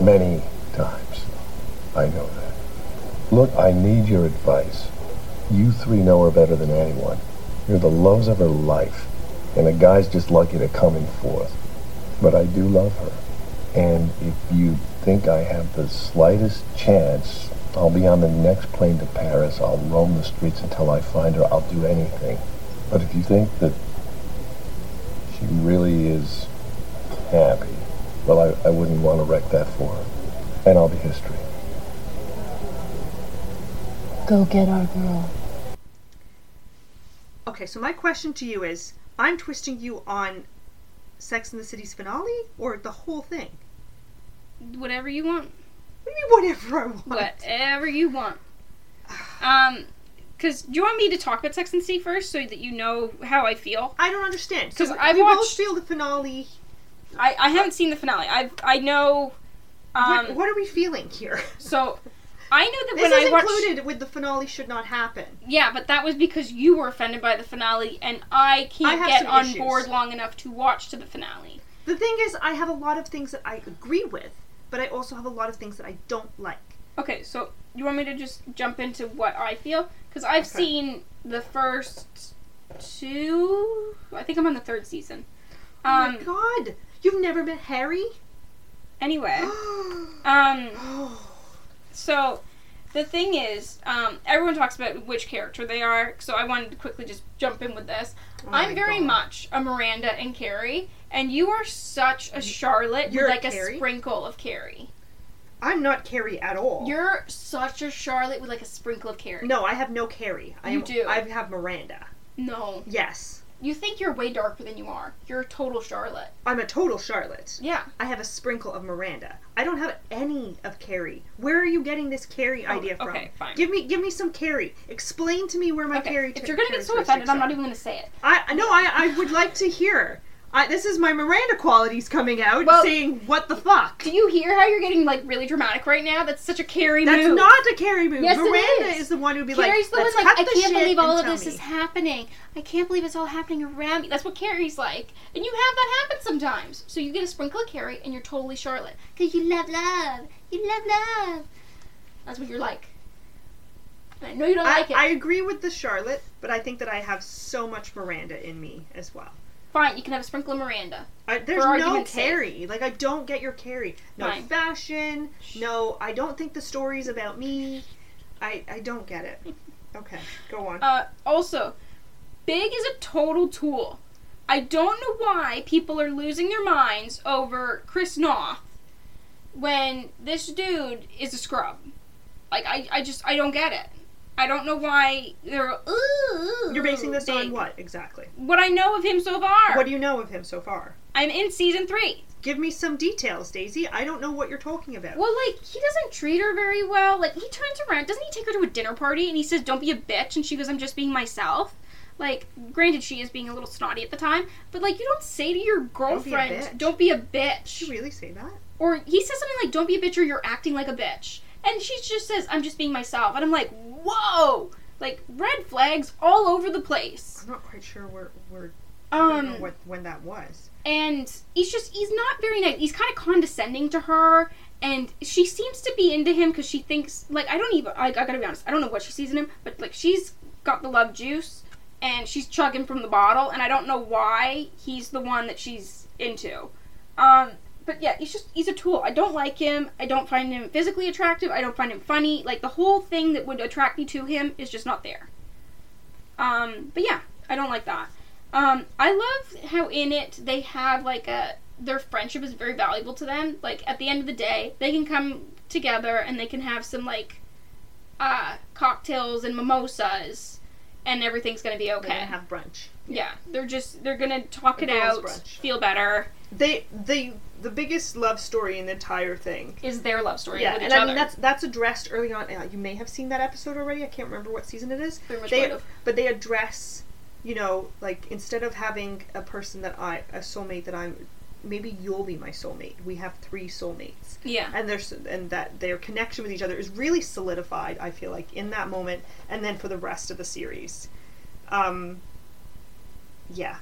F: many times. I know that. Look, I need your advice. You three know her better than anyone. You're the loves of her life, and a guy's just lucky to come in fourth. But I do love her. And if you think I have the slightest chance, I'll be on the next plane to Paris. I'll roam the streets until I find her. I'll do anything. But if you think that she really is happy. Well, I, I wouldn't want to wreck that for her. And all the history.
E: Go get our girl.
A: Okay, so my question to you is I'm twisting you on Sex in the City's finale or the whole thing?
B: Whatever you want.
A: What do you mean, whatever I want?
B: Whatever you want. Um, because do you want me to talk about Sex and the City first so that you know how I feel?
A: I don't understand.
B: 'Cause
A: Because
B: I
A: we both
B: watched-
A: feel the finale.
B: I, I haven't seen the finale. I I know. Um,
A: what, what are we feeling here?
B: so I know that
A: This
B: when I
A: is
B: watched.
A: included with the finale should not happen.
B: Yeah, but that was because you were offended by the finale, and I
A: I
B: can't
A: have
B: get
A: some
B: on
A: issues.
B: board long enough to watch to the finale.
A: The thing is, I have a lot of things that I agree with, but I also have a lot of things that I don't like.
B: Okay, so you want me to just jump into what I feel? Because I've
A: Okay.
B: seen the first two. I think I'm on the third season. Um.
A: oh my god! You've never met Harry?
B: Anyway, um. So, the thing is, um, everyone talks about which character they are, so I wanted to quickly just jump in with this. I'm
A: Oh my
B: very
A: God.
B: much a Miranda and Carrie, and you are such a Charlotte
A: you're
B: with like a
A: Carrie?
B: sprinkle of Carrie.
A: I'm not Carrie at all.
B: You're such a Charlotte with like a sprinkle of Carrie.
A: Oh. no, I have no Carrie. I
B: You
A: am-
B: do.
A: I have Miranda.
B: No.
A: Yes.
B: You think you're way darker than you are. You're a total Charlotte.
A: I'm a total Charlotte.
B: Yeah.
A: I have a sprinkle of Miranda. I don't have any of Carrie. Where are you getting this Carrie idea from?
B: Oh, okay, fine.
A: Give me, give me some Carrie. Explain to me where my
B: Okay.
A: Carrie.
B: if you're gonna get so offended, I'm not even gonna say it.
A: I no, I, I would like to hear. I, this is my Miranda qualities coming out,
B: Well-
A: saying what the fuck.
B: Do you hear how you're getting like really dramatic right now? That's such a Carrie
A: That's
B: move.
A: not a Carrie move.
B: Yes, it
A: Miranda
B: is.
A: is. the one who'd be like,
B: Carrie's the
A: Let's
B: one
A: cut
B: like, I
A: the
B: can't
A: shit
B: believe all
A: and
B: of
A: tell
B: this
A: me."
B: is happening. I can't believe it's all happening around me. That's what Carrie's like. And you have that happen sometimes. So you get a sprinkle of Carrie and you're totally Charlotte. Because you love love. You love love. That's what you're like. And I know you don't
A: I,
B: like it.
A: I agree with the Charlotte, but I think that I have so much Miranda in me as well.
B: Fine, you can have a sprinkle of Miranda.
A: I, there's
B: For
A: no
B: argument's sake.
A: carry. Like I don't get your carry. No
B: Fine.
A: fashion. No, I don't think the story's about me. I I don't get it. Okay, go on.
B: Uh, also, Big is a total tool. I don't know why people are losing their minds over Chris Noth when this dude is a scrub. Like, I, I just, I don't get it. I don't know why they're. Ooh,
A: You're basing this on
B: Big."
A: what exactly?
B: What I know of him so far.
A: What do you know of him so far?
B: I'm in season three.
A: Give me some details, Daisy. I don't know what you're talking about.
B: Well, like, he doesn't treat her very well. Like, he turns around, doesn't he take her to a dinner party and he says, Don't be a bitch? And she goes, I'm just being myself. Like, granted, she is being a little snotty at the time, but like, you don't say to your
A: be a bitch.
B: girlfriend, Don't be a
A: Did you
B: bitch.
A: really say that?
B: Or he says something like, Don't be a bitch or you're acting like a bitch. And she just says, I'm just being myself. And I'm like, Whoa! Like, red flags all over the place.
A: I'm not quite sure where where I don't know
B: Um,
A: what when that was.
B: and he's just he's not very nice he's kind of condescending to her and she seems to be into him because she thinks like I don't even like I gotta be honest I don't know what she sees in him but like she's got the love juice and she's chugging from the bottle and I don't know why he's the one that she's into um but yeah he's just he's a tool I don't like him I don't find him physically attractive I don't find him funny like the whole thing that would attract me to him is just not there um but yeah I don't like that um I love how in it they have like a their friendship is very valuable to them. Like at the end of the day, they can come together and they can have some like uh cocktails and mimosas and everything's going to be
A: They're
B: okay.
A: gonna have brunch.
B: yeah, they're just they're going to talk
A: A
B: it
A: girls'
B: out,
A: brunch.
B: feel better.
A: They the the biggest love story in the entire thing.
B: Is their love story
A: Yeah,
B: with
A: and
B: each
A: I mean
B: other.
A: that's that's addressed early on. Uh, you may have seen that episode already. I can't remember what season it is.
B: Pretty much
A: They,
B: might have.
A: but they address, you know, like instead of having a person that I a soulmate that I'm, maybe you'll be my soulmate. We have three soulmates,
B: yeah.
A: and there's and that their connection with each other is really solidified. I feel like in that moment, and then for the rest of the series, um, yeah.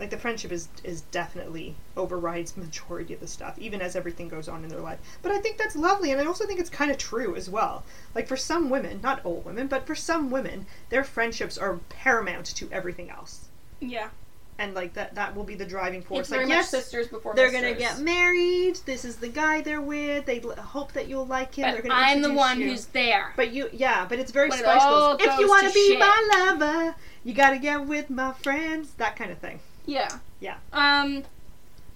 A: Like the friendship is is definitely overrides majority of the stuff, even as everything goes on in their life. But I think that's lovely, and I also think it's kind of true as well. Like for some women, not all women, but for some women, their friendships are paramount to everything else,
B: Yeah.
A: and like that that will be the driving force.
B: It's
A: like
B: very
A: yes,
B: much sisters before
A: they're
B: sisters.
A: gonna get married. This is the guy they're with. They l- hope that you'll like him. they're
B: But
A: gonna
B: I'm the
A: introduce
B: one
A: you.
B: who's there.
A: But you, yeah, but it's very
B: When it
A: Spice
B: all
A: Girls. If you
B: goes
A: want
B: to
A: to be
B: shit."
A: my lover, you gotta get with my friends. That kind of thing.
B: yeah.
A: Yeah.
B: Um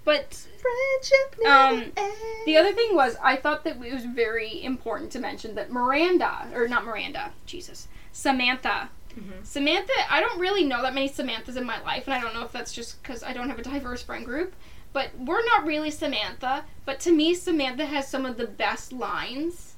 B: but
A: Friendship never
B: Um,
A: ends.
B: The other thing was, I thought that it was very important to mention that Miranda, or not Miranda, Jesus, Samantha.
A: Mm-hmm.
B: Samantha, I don't really know that many Samanthas in my life, and I don't know if that's just because I don't have a diverse friend group, but we're not really Samantha, but to me, Samantha has some of the best lines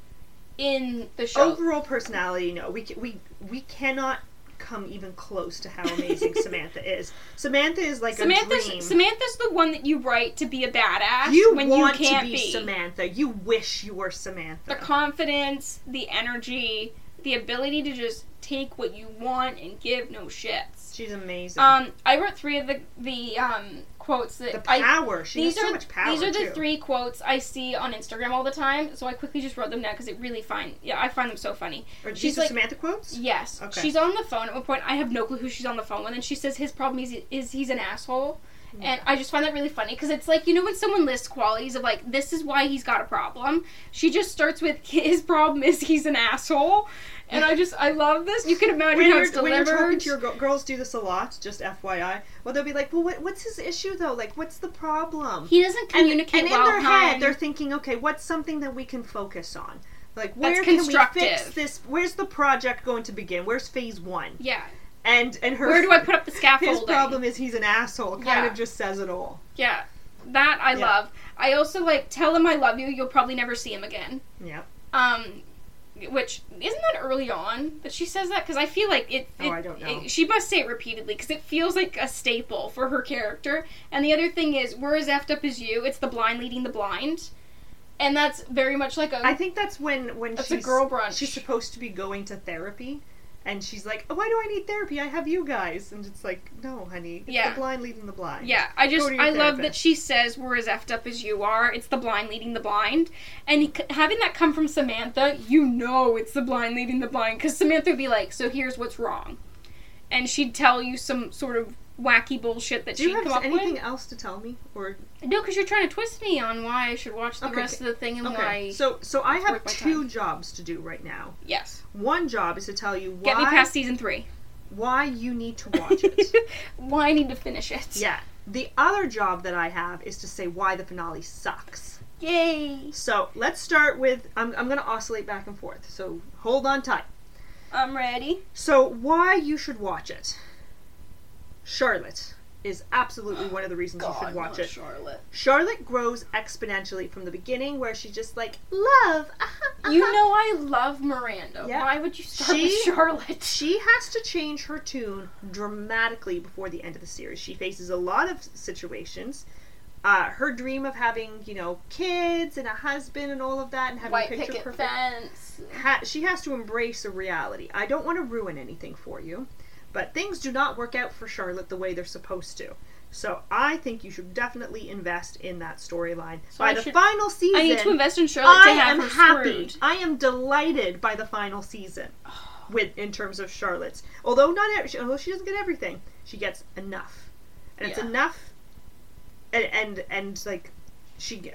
B: in the show.
A: overall personality no we ca- we we cannot come even close to how amazing samantha is samantha is like a dream
B: Samantha's, Samantha's the one that you write to be a badass
A: you
B: when
A: want
B: you can't
A: to be, samantha you wish you were samantha
B: the confidence, the energy, the ability to just take what you want and give no shits.
A: she's amazing
B: Um, I wrote three of the the um, quotes that
A: the
B: I.
A: power she has so much power
B: these are the
A: too.
B: three quotes I see on Instagram all the time, so I quickly just wrote them down because it really fine. Yeah, I find them so funny.
A: Are these
B: she's
A: the
B: like-
A: samantha quotes
B: Yes,
A: Okay.
B: she's on the phone at one point. I have no clue who she's on the phone with, and she says his problem is, is he's an asshole,
A: Mm.
B: and I just find that really funny because it's like you know when someone lists qualities of like this is why he's got a problem. She just starts with his problem is he's an asshole, and I just I love this. You can imagine
A: when
B: how
A: you're,
B: it's
A: when you're talking
B: delivered.
A: to your girl, girls do this a lot just fyi well they'll be like well what, what's his issue though like what's the problem
B: he doesn't
A: and,
B: communicate
A: and
B: well.
A: in their
B: hon.
A: head they're thinking okay what's something that we can focus on like where can we fix
B: constructive.
A: this where's the project going to begin where's phase one
B: yeah.
A: and and her
B: Where do I put up the scaffolding?
A: his problem is he's an asshole kind
B: Yeah.
A: of just says it all
B: Yeah, that I
A: Yeah.
B: love. I also like tell him I love you. You'll probably never see him again.
A: yeah
B: Um, which isn't that early on that she says that because I feel like it.
A: Oh,
B: it-
A: I don't know.
B: it- she must say it repeatedly because it feels like a staple for her character. And the other thing is, we're as effed up as you. It's the blind leading the blind, and that's very much like a
A: i think that's when when
B: That's a
A: she's
B: girl brunch.
A: she's supposed to be going to therapy and she's like oh, why do i need therapy i have you guys and it's like no honey it's
B: Yeah.
A: the blind leading the blind
B: Yeah, I just
A: Go to your
B: I love that
A: therapist.
B: she says we're as effed up as you are. It's the blind leading the blind, and he- having that come from Samantha, you know it's the blind leading the blind because Samantha would be like, "So here's what's wrong," and she'd tell you some sort of wacky bullshit that
A: do you
B: she'd come
A: have
B: up
A: anything
B: with.
A: else to tell me or
B: No, because you're trying to twist me on why I should watch the
A: Okay,
B: rest of the thing and why.
A: so so i have
B: worth my
A: two
B: time.
A: jobs to do right now
B: yes,
A: one job is to tell you why
B: get me past season three.
A: why you need to watch it
B: why I need to finish it.
A: yeah the other job that i have is to say why the finale sucks
B: Yay!
A: So let's start with. I'm, I'm going to oscillate back and forth. So hold on tight.
B: I'm ready.
A: So, why you should watch it. Charlotte is absolutely one of the reasons you should watch it.
B: Charlotte.
A: Charlotte grows exponentially from the beginning, where she's just like, love. uh-huh,
B: You
A: uh-huh."
B: know I love Miranda.
A: Yeah.
B: Why would you start
A: She-
B: with Charlotte?
A: She has to change her tune dramatically before the end of the series. She faces a lot of situations. Uh, her dream of having, you know, kids and a husband and all of that, and having
B: white
A: picture
B: picket
A: perfect
B: fence.
A: ha- she has to embrace a reality. I don't want to ruin anything for you, but things do not work out for Charlotte the way they're supposed to. So I think you should definitely invest in that storyline.
B: So
A: By
B: I
A: the
B: should-
A: final season,
B: I need to invest in Charlotte
A: I
B: to have
A: am
B: her
A: happy.
B: screwed.
A: I am delighted by the final season, with in terms of Charlotte's. Although not, ev- although she doesn't get everything, she gets enough, and it's
B: Yeah.
A: enough. And and and like, she g-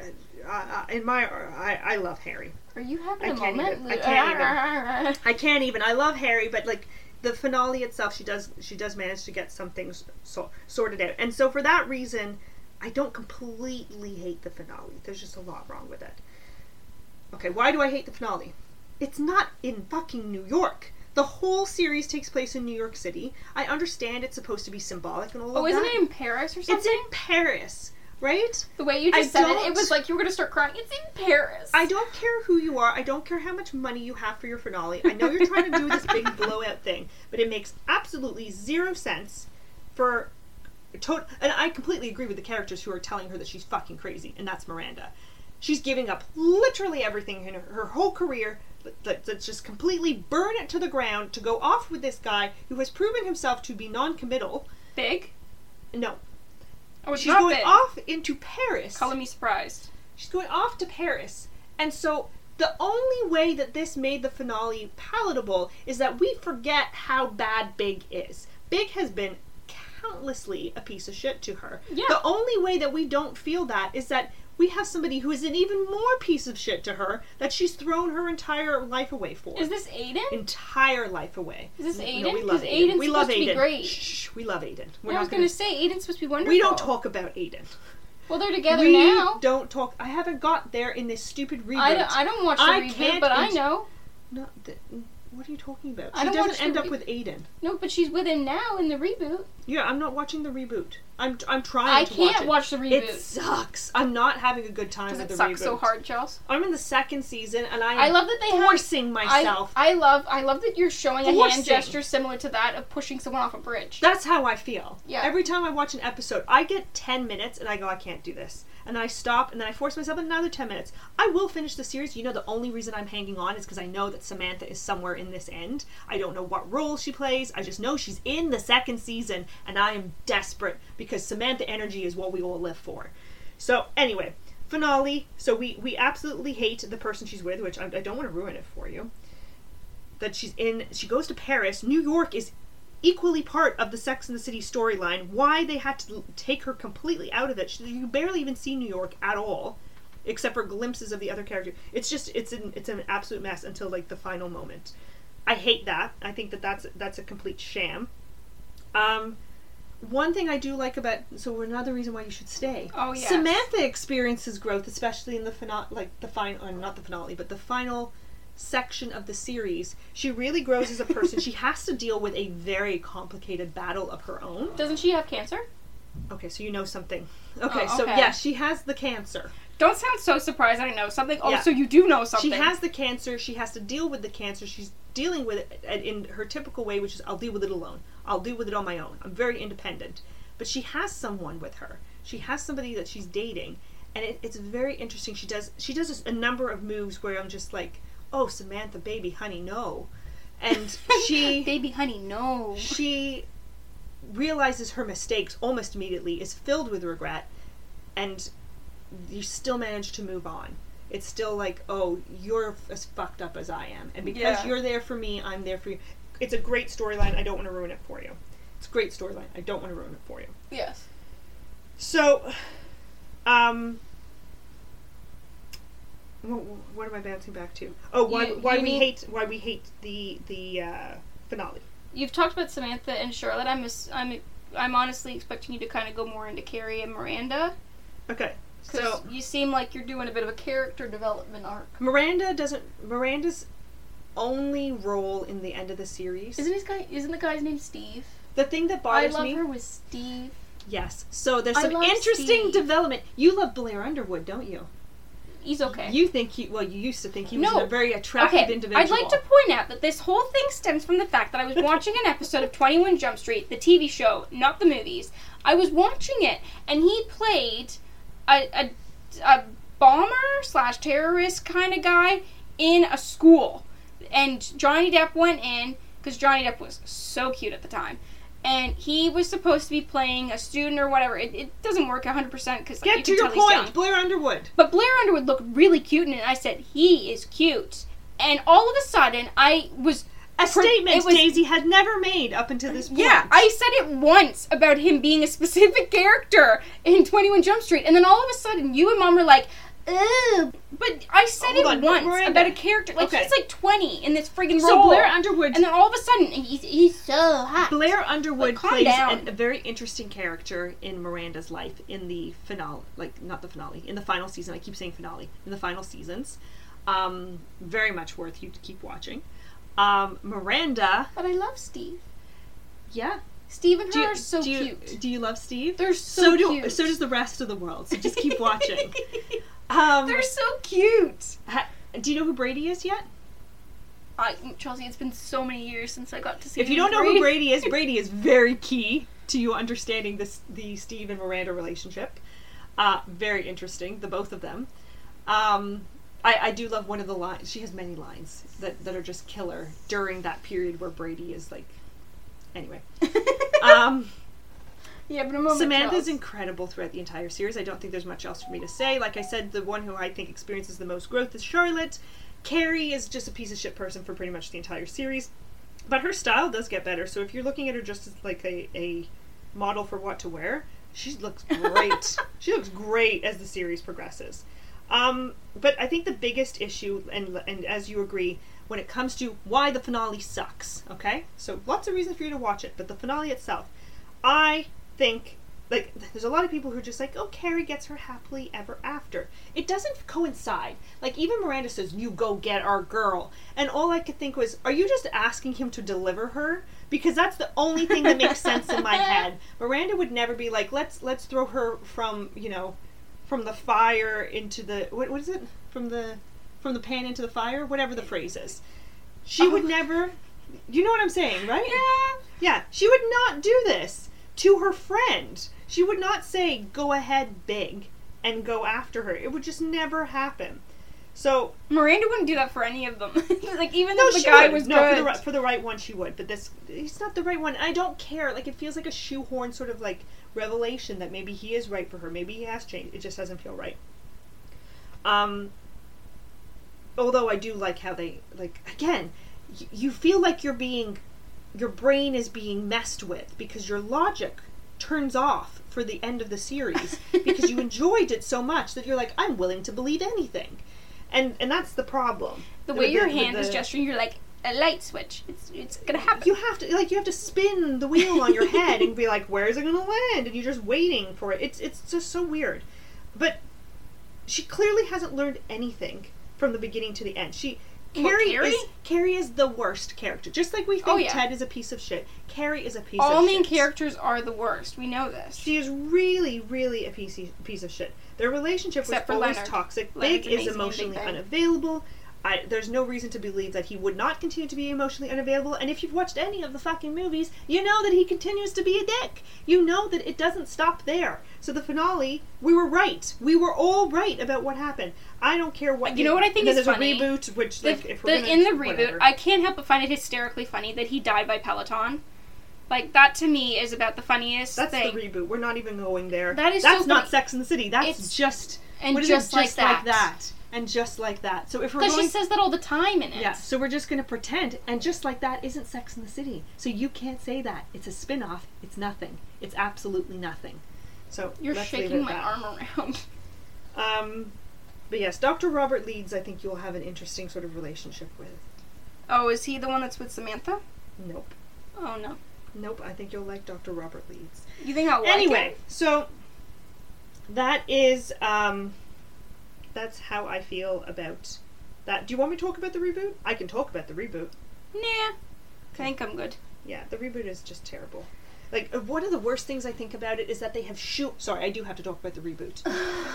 A: I I- in my I I love Harry.
B: Are you
A: I
B: having a
A: can't
B: moment?
A: even- I can't I can't even. I love Harry, but like the finale itself, she does she does manage to get some things so, sorted out, and so for that reason, I don't completely hate the finale. There's just a lot wrong with it. Okay, why do I hate the finale? It's not in fucking New York. The whole series takes place in New York City. I understand it's supposed to be symbolic and all
B: Oh,
A: of
B: isn't
A: that.
B: it in Paris or
A: it's
B: something?
A: in Paris, right?
B: the way you
A: I
B: just said it,
A: don't-
B: it was like you were gonna start crying. It's in Paris.
A: I don't care who you are. I don't care how much money you have for your finale. I know you're trying to do this big blowout thing, but it makes absolutely zero sense for. To- and I completely agree with the characters who are telling her that she's fucking crazy, and that's Miranda. She's giving up literally everything in her, her whole career. let- let- Let's just completely burn it to the ground to go off with this guy who has proven himself to be non-committal.
B: big.
A: No,
B: Oh, it's
A: she's
B: not
A: going
B: big.
A: off into Paris.
B: Color me surprised.
A: She's going off to Paris. And so the only way that this made the finale palatable is that we forget how bad Big is. Big has been countlessly a piece of shit to her.
B: Yeah.
A: The only way that we don't feel that is that we have somebody who is an even more piece of shit to her that she's thrown her entire life away for.
B: Is this Aiden?
A: entire life away.
B: Is this
A: No,
B: Aiden?
A: we love
B: 'Cause
A: Aiden.
B: Aiden's
A: we love
B: supposed to
A: Aiden.
B: be great.
A: Shh, shh, we love Aiden. We're
B: I
A: not
B: was gonna, say Aiden's supposed to be wonderful.
A: We don't talk about Aiden.
B: Well, they're together
A: we
B: now.
A: don't talk. I haven't got there in this stupid reboot.
B: I don't, I don't watch the
A: I
B: reboot,
A: can't
B: but I
A: int-
B: know.
A: No, th- what are you talking about?
B: I
A: She
B: don't watch
A: doesn't
B: the
A: end up
B: re-
A: with Aiden.
B: No, but she's with him now in the reboot.
A: Yeah, I'm not watching the reboot. I'm I'm trying
B: I
A: to
B: can't
A: watch
B: watch, the
A: it.
B: reboot.
A: It sucks. I'm not having a good time
B: Does
A: with
B: it
A: the
B: suck
A: reboot.
B: so hard, Charles?
A: I'm in the second season, and I'm
B: I love that they have-
A: forcing
B: I,
A: myself.
B: I love I love that you're showing a
A: Forcing.
B: hand gesture similar to that of pushing someone off a bridge.
A: That's how I feel.
B: Yeah.
A: Every time I watch an episode, I get 10 minutes and I go, I can't do this. And then I stop and then I force myself another 10 minutes. I will finish the series. You know, the only reason I'm hanging on is because I know that Samantha is somewhere in this end. I don't know what role she plays. I just know she's in the second season and I am desperate because Samantha energy is what we all live for. So, anyway, finale. So, we, we absolutely hate the person she's with, which I, I don't want to ruin it for you that she's in she goes to paris new york is equally part of the sex and the city storyline why they had to l- take her completely out of it she, you barely even see new york at all except for glimpses of the other character it's just it's an it's an absolute mess until like the final moment i hate that i think that that's that's a complete sham um one thing I do like about so another reason why you should stay.
B: Oh, yes.
A: Samantha experiences growth, especially in the finale, like the final, not the finale, but the final section of the series. She really grows as a person. she has to deal with a very complicated battle of her own.
B: Doesn't she have cancer?
A: Okay, so you know something. Okay, so
B: Oh, okay.
A: yeah, she has the cancer.
B: Don't sound so surprised. I know something. Oh,
A: Yeah.
B: so you do know something.
A: She has the cancer. She has to deal with the cancer. She's dealing with it a- in her typical way, which is I'll deal with it alone. I'll deal with it on my own. I'm very independent. But she has someone with her. She has somebody that she's dating, and it, it's very interesting. She does she does a number of moves where I'm just like, oh Samantha, baby, honey, no, and she
B: baby, honey, no.
A: she realizes her mistakes almost immediately, is filled with regret, and you still manage to move on. It's still like, oh, you're f- as fucked up as I am. And because
B: Yeah.
A: you're there for me, I'm there for you. It's a great storyline. I don't want to ruin it for you. It's a great storyline. I don't want to ruin it for you.
B: Yes.
A: So, um, what, what am I bouncing back to? Oh, why,
B: You-
A: why
B: you
A: we
B: need-
A: hate why we hate the the uh, finale?
B: You've talked about Samantha and Charlotte. I'm ass- I'm I'm honestly expecting you to kind of go more into Carrie and Miranda.
A: Okay,
B: So
A: so
B: you seem like you're doing a bit of a character development arc.
A: Miranda doesn't. Miranda's only role in the end of the series.
B: Isn't his guy? Isn't the guy's name Steve?
A: the thing that
B: I
A: bothers
B: love
A: me?
B: her with Steve.
A: Yes. So there's
B: I
A: some
B: love
A: interesting
B: Steve.
A: development. You love Blair Underwood, don't you?
B: He's okay.
A: You think he? Well, you used to think he was
B: No.
A: a very attractive individual.
B: I'd like to point out that this whole thing stems from the fact that I was watching an episode of 21 Jump Street, the TV show, not the movies. I was watching it, and he played a, a, a bomber slash terrorist kind of guy in a school. And Johnny Depp went in, because Johnny Depp was so cute at the time. and he was supposed to be playing a student or whatever. It, it doesn't work 100% because like,
A: Get
B: you
A: to
B: can
A: your
B: tell he's
A: point,
B: young.
A: Blair Underwood.
B: But Blair Underwood looked really cute in it. and I said, he is cute. And all of a sudden, I was.
A: A
B: Pre-
A: statement
B: it was-
A: Daisy had never made up until this point.
B: Yeah, I said it once about him being a specific character in 21 Jump Street, and then all of a sudden, you and mom were like, Ugh. But I said
A: Hold
B: it
A: on,
B: once
A: Miranda.
B: about a character. Like,
A: Okay.
B: he's like 20 in this friggin'
A: so
B: role.
A: Blair Underwood.
B: and then all of a sudden, he's, he's so hot.
A: Blair Underwood
B: Like, calm
A: plays
B: down.
A: an, a very interesting character in Miranda's life in the finale, like not the finale, in the final season. I keep saying finale in the final seasons. Um, very much worth you to keep watching. Um, Miranda,
B: But I love Steve.
A: yeah.
B: Steve and her
A: Do you,
B: are so
A: do you,
B: cute.
A: Do you love Steve?
B: They're so,
A: do
B: cute.
A: so does the rest of the world. So just keep watching. um,
B: They're so cute.
A: ha- do you know who Brady is yet?
B: I, Chelsea, it's been so many years since I got to see.
A: If you don't know who Brady is, Brady is very key to you understanding this the Steve and Miranda relationship. Uh, very interesting, the both of them. Um, I, I do love one of the lines. She has many lines that, that are just killer during that period where Brady is like. Anyway, um,
B: yeah, but a moment.
A: Samantha's
B: Charles.
A: incredible throughout the entire series. I don't think there's much else for me to say. Like I said, the one who I think experiences the most growth is Charlotte. Carrie is just a piece of shit person for pretty much the entire series. But her style does get better. So if you're looking at her just as like a, a model for what to wear, she looks great. she looks great as the series progresses. Um, but I think the biggest issue, and and as you agree, when it comes to why the finale sucks, okay? So lots of reasons for you to watch it, but the finale itself, I think like there's a lot of people who are just like, oh, Carrie gets her happily ever after. It doesn't coincide. Like even Miranda says, "You go get our girl," and all I could think was, are you just asking him to deliver her? Because that's the only thing that makes sense in my head. Miranda would never be like, let's let's throw her from you know, from the fire into the what what is it from the from the pan into the fire, whatever the phrase is. She would never. You know what I'm saying, right? Yeah. Yeah, she would not do this to her friend. She would not say, go ahead big and go after her. It would just never happen. So,
B: Miranda wouldn't do that for any of them. like even
A: no,
B: though the
A: she
B: guy
A: would.
B: was
A: no, For, the,
B: good.
A: ri- for the right one, she would. But this, he's not the right one. I don't care. Like, it feels like a shoehorn sort of like revelation that maybe he is right for her. Maybe he has changed. It just doesn't feel right. Um, although I do like how they, like, again, y- you feel like you're being your brain is being messed with because your logic turns off for the end of the series because you enjoyed it so much that you're like I'm willing to believe anything. And and that's the problem.
B: the way your
A: the-
B: hand is
A: the-
B: gesturing, you're like a light switch. It's it's gonna happen.
A: You have to like you have to spin the wheel on your head and be like where is it going to land and you're just waiting for it. It's it's just so weird. But she clearly hasn't learned anything from the beginning to the end. She
B: Well,
A: Carrie,
B: Carrie?
A: is Carrie is the worst character. Just like we think
B: Oh, yeah.
A: Ted is a piece of shit, Carrie is a piece
B: All
A: of
B: main
A: shit.
B: characters are the worst. We know this.
A: She is really, really a piece piece of shit. Their relationship
B: Except for
A: was always
B: Leonard.
A: toxic.
B: Leonard's
A: Big
B: amazing
A: is
B: and
A: emotionally
B: Big Bang.
A: unavailable. I, there's no reason to believe that he would not continue to be emotionally unavailable. And if you've watched any of the fucking movies, you know that he continues to be a dick. You know that it doesn't stop there. So the finale, we were right. We were all right about what happened. I don't care what.
B: You know what I
A: and
B: think
A: then
B: is
A: there's
B: funny?
A: a reboot, which
B: The-
A: like if we're
B: the-
A: gonna,
B: in the reboot,
A: whatever.
B: I can't help but find it hysterically funny that he died by Peloton. Like that to me is about the funniest
A: that's
B: thing.
A: the reboot. We're not even going there.
B: That is
A: that's
B: so
A: not
B: funny.
A: Sex and the City. That's
B: It's-
A: just
B: and
A: What is it?
B: just, like, that.
A: and just like that. So if we're
B: Because she
A: going,
B: says that all the time in it.
A: yeah, so we're just going to pretend, and just like that isn't Sex in the City. So you can't say that. It's a spin-off. It's nothing. It's absolutely nothing. So
B: You're
A: let's leave it
B: shaking
A: at
B: my
A: that.
B: arm around.
A: Um, but yes, Dr. Robert Leeds. I think you'll have an interesting sort of relationship with.
B: Oh, is he the one that's with Samantha?
A: Nope,
B: Oh no.
A: nope. I think you'll like Dr. Robert Leeds.
B: You think I'll like
A: anyway,
B: it?
A: so that is um that's how I feel about that. Do you want me to talk about the reboot? I can talk about the reboot.
B: Nah. I think I'm good.
A: Yeah, the reboot is just terrible. Like uh, one of the worst things I think about it is that they have shoe. Sorry, I do have to talk about the reboot.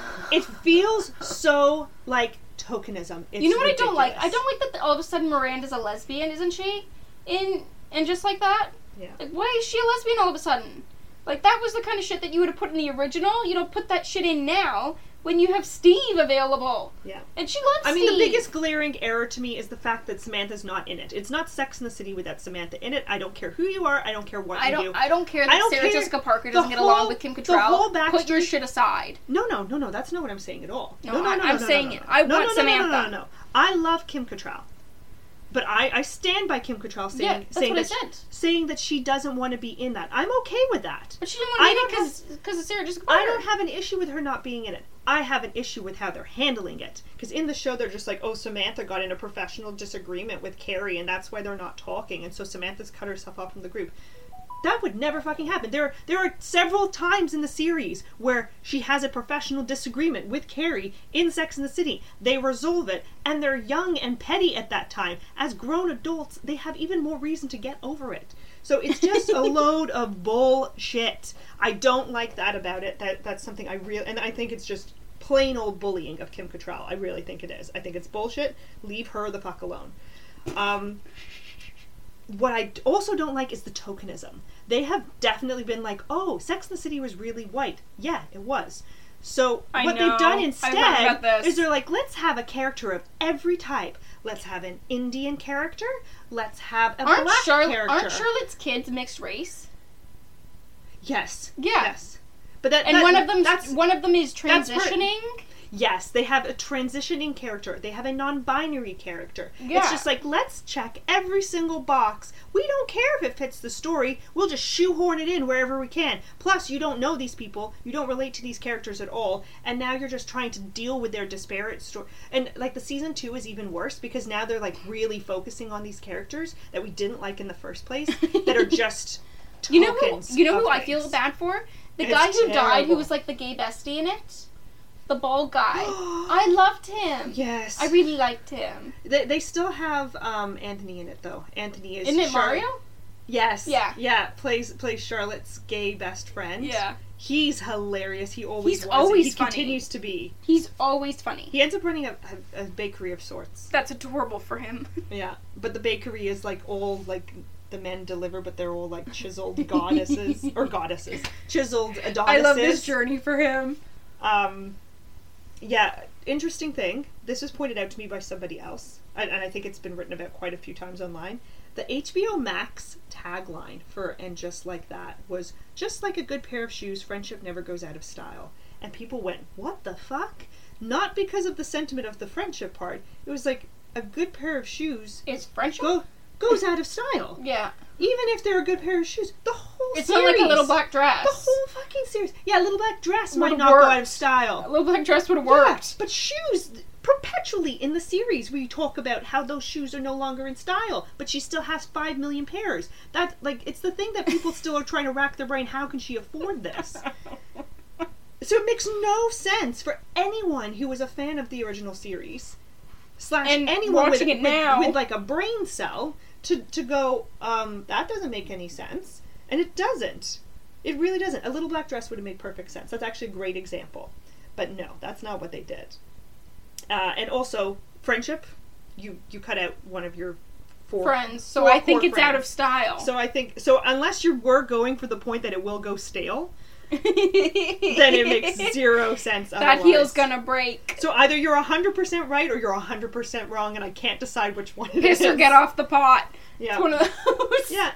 A: it feels so like tokenism. It's
B: you know what I don't like? I
A: ridiculous.
B: don't like that all of a sudden Miranda's a lesbian, isn't she? In and just like that.
A: Yeah.
B: Like, why is she a lesbian all of a sudden? Like that was the kind of shit that you would have put in the original. You don't put that shit in now when you have Steve available.
A: Yeah.
B: And she loves
A: I mean, the
B: Steve.
A: biggest glaring error to me is the fact that Samantha's not in it. It's not Sex in the City without Samantha in it. I don't care who you are. I don't care what
B: I
A: you
B: don't.
A: do.
B: I don't care that
A: I don't
B: Sarah
A: care.
B: Jessica Parker
A: The
B: doesn't get along
A: whole-
B: with Kim
A: the
B: Cattrall.
A: whole back
B: Put your
A: street-
B: shit aside.
A: No, no, no, no. That's not what I'm saying at all.
B: No,
A: No, no, no.
B: I-
A: no,
B: I'm
A: no,
B: saying
A: no, no.
B: it. I
A: no,
B: want
A: no,
B: Samantha.
A: No, no, no, no, no. I love Kim Cattrall, but I, I stand by Kim Cattrall saying
B: Yeah, that's
A: saying
B: what I
A: that she-
B: said.
A: saying that she doesn't want to be in that. I'm okay with that.
B: But she didn't want to
A: I
B: be because because Sarah Jessica Parker.
A: I don't have an issue with her not being in it. I have an issue with how they're handling it. Because in the show, they're just like, oh, Samantha got in a professional disagreement with Carrie, and that's why they're not talking. And so Samantha's cut herself off from the group. That would never fucking happen. There, there are several times in the series where she has a professional disagreement with Carrie in Sex in the City. They resolve it, and they're young and petty at that time. As grown adults, they have even more reason to get over it. So it's just a load of bullshit. I don't like that about it. That that's something I real and I think it's just plain old bullying of Kim Cattrall. I really think it is. I think it's bullshit. Leave her the fuck alone. Um, what I d- also don't like is the tokenism. They have definitely been like, oh, Sex in the City was really white. Yeah, it was. So
B: I
A: what
B: know.
A: they've done
B: I've heard about
A: instead
B: this.
A: is they're like, let's have a character of every type. Let's have an Indian character. Let's have a
B: Aren't,
A: black
B: Charlotte,
A: character.
B: aren't Charlotte's kids mixed race?
A: Yes.
B: Yeah.
A: Yes. But that
B: And
A: that-
B: one of them,
A: that's
B: one of them is
A: that's where-
B: transitioning.
A: yes, they have a transitioning character. They have a non-binary character.
B: Yeah.
A: It's just like let's check every single box. We don't care if it fits the story. We'll just shoehorn it in wherever we can. Plus, you don't know these people. You don't relate to these characters at all, and now you're just trying to deal with their disparate story. And like the season 2 is even worse because now they're like really focusing on these characters that we didn't like in the first place that are just
B: You know who?
A: tokens
B: You know
A: of
B: who I
A: things.
B: feel bad for? The
A: It's
B: guy who died, who
A: terrible.
B: was like the gay bestie in it, the bald guy. I loved him.
A: Yes.
B: I really liked him.
A: They, they still have um, Anthony in it though. Anthony is
B: Isn't it
A: Char-
B: Mario?
A: Yes.
B: Yeah.
A: Yeah. Plays plays Charlotte's gay best friend.
B: Yeah.
A: He's hilarious. He always
B: He's
A: was.
B: always
A: he
B: funny.
A: continues to be.
B: He's always funny.
A: He ends up running a, a, a bakery of sorts.
B: That's adorable for him.
A: Yeah. But the bakery is like all like the men deliver, but they're all like chiseled goddesses or goddesses, chiseled Adonises.
B: I love this journey for him.
A: Um, yeah, interesting thing. This was pointed out to me by somebody else, and, and I think it's been written about quite a few times online. The HBO Max tagline for "And Just Like That" was "Just like a good pair of shoes, friendship never goes out of style." And people went, "What the fuck?" Not because of the sentiment of the friendship part. It was like a good pair of shoes
B: It's friendship.
A: go goes out of style,
B: Yeah.
A: even if they're a good pair of shoes. The whole
B: It's not like a little
A: series-
B: black dress.
A: The whole fucking series. Yeah, little black dress might
B: Would've
A: not go out
B: worked.
A: of style.
B: a little black dress would have
A: Yeah,
B: worked.
A: but shoes perpetually in the series we talk about how those shoes are no longer in style, but she still has five million pairs. That like it's the thing that people still are trying to rack their brain. How can she afford this? so it makes no sense for anyone who was a fan of the original series slash
B: And
A: anyone with,
B: watching it
A: with-
B: now.
A: with like a brain cell to to go um, that doesn't make any sense, and it doesn't. It really doesn't. A little black dress would have made perfect sense. That's actually a great example. But no, that's not what they did. Uh, and also, friendship. You you cut out one of your four
B: Friends. So
A: four
B: I think
A: core
B: it's out of
A: friends.
B: style.
A: So I think so. Unless you were going for the point that it will go stale, then it makes zero sense.
B: that heel's
A: otherwise.
B: gonna break.
A: So either you're hundred percent right or you're hundred percent wrong, and I can't decide which one. it
B: Piss or
A: is.
B: get off the pot.
A: Yeah.
B: It's one of those.
A: Yeah.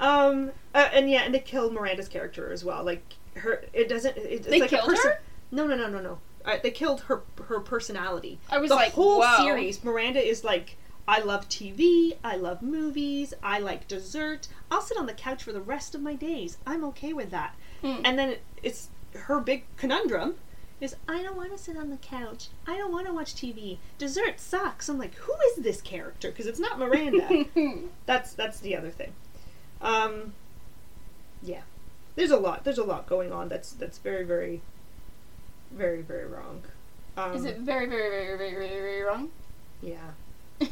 A: Um. Uh, and yeah, and they kill Miranda's character as well. Like her, it doesn't. It, it's
B: They
A: like
B: killed
A: a person-
B: her?
A: No, no, no, no, no. Uh, they killed her her personality.
B: I was
A: the
B: like,
A: whole
B: whoa.
A: series. Miranda is like, I love TV. I love movies. I like dessert. I'll sit on the couch for the rest of my days. I'm okay with that.
B: Hmm.
A: And then it's her big conundrum. Is I don't want to sit on the couch. I don't want to watch TV. Dessert sucks. I'm like, who is this character? Because it's not Miranda. that's that's the other thing. Um, yeah, there's a lot. There's a lot going on. That's that's very very, very very wrong. Um,
B: Is it very, very, very, very, very, very wrong?
A: Yeah.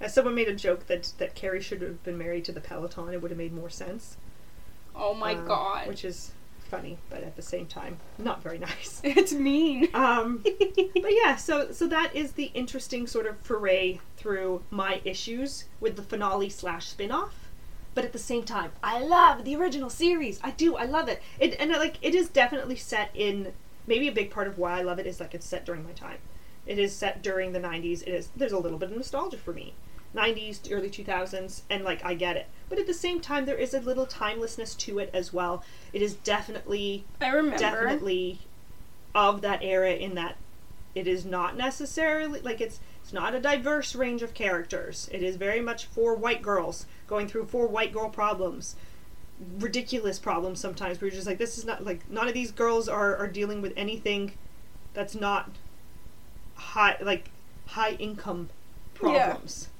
A: Uh, someone made a joke that that Carrie should have been married to the Peloton. It would have made more sense.
B: oh my
A: um,
B: god.
A: Which is funny, but at the same time, not very nice.
B: it's mean.
A: Um, but yeah, so so that is the interesting sort of foray through my issues with the finale slash spin-off. But at the same time, I love the original series. I do. I love it. It and uh, like it is definitely set in maybe a big part of why I love it is like it's set during my time. It is set during the 90s. It is there's a little bit of nostalgia for me. 90s to early 2000s and like I get it. But at the same time there is a little timelessness to it as well. It is definitely
B: I remember.
A: definitely of that era in that it is not necessarily like it's it's not a diverse range of characters. It is very much four white girls going through four white girl problems. Ridiculous problems sometimes where you're just like this is not like none of these girls are, are dealing with anything that's not high like high income problems.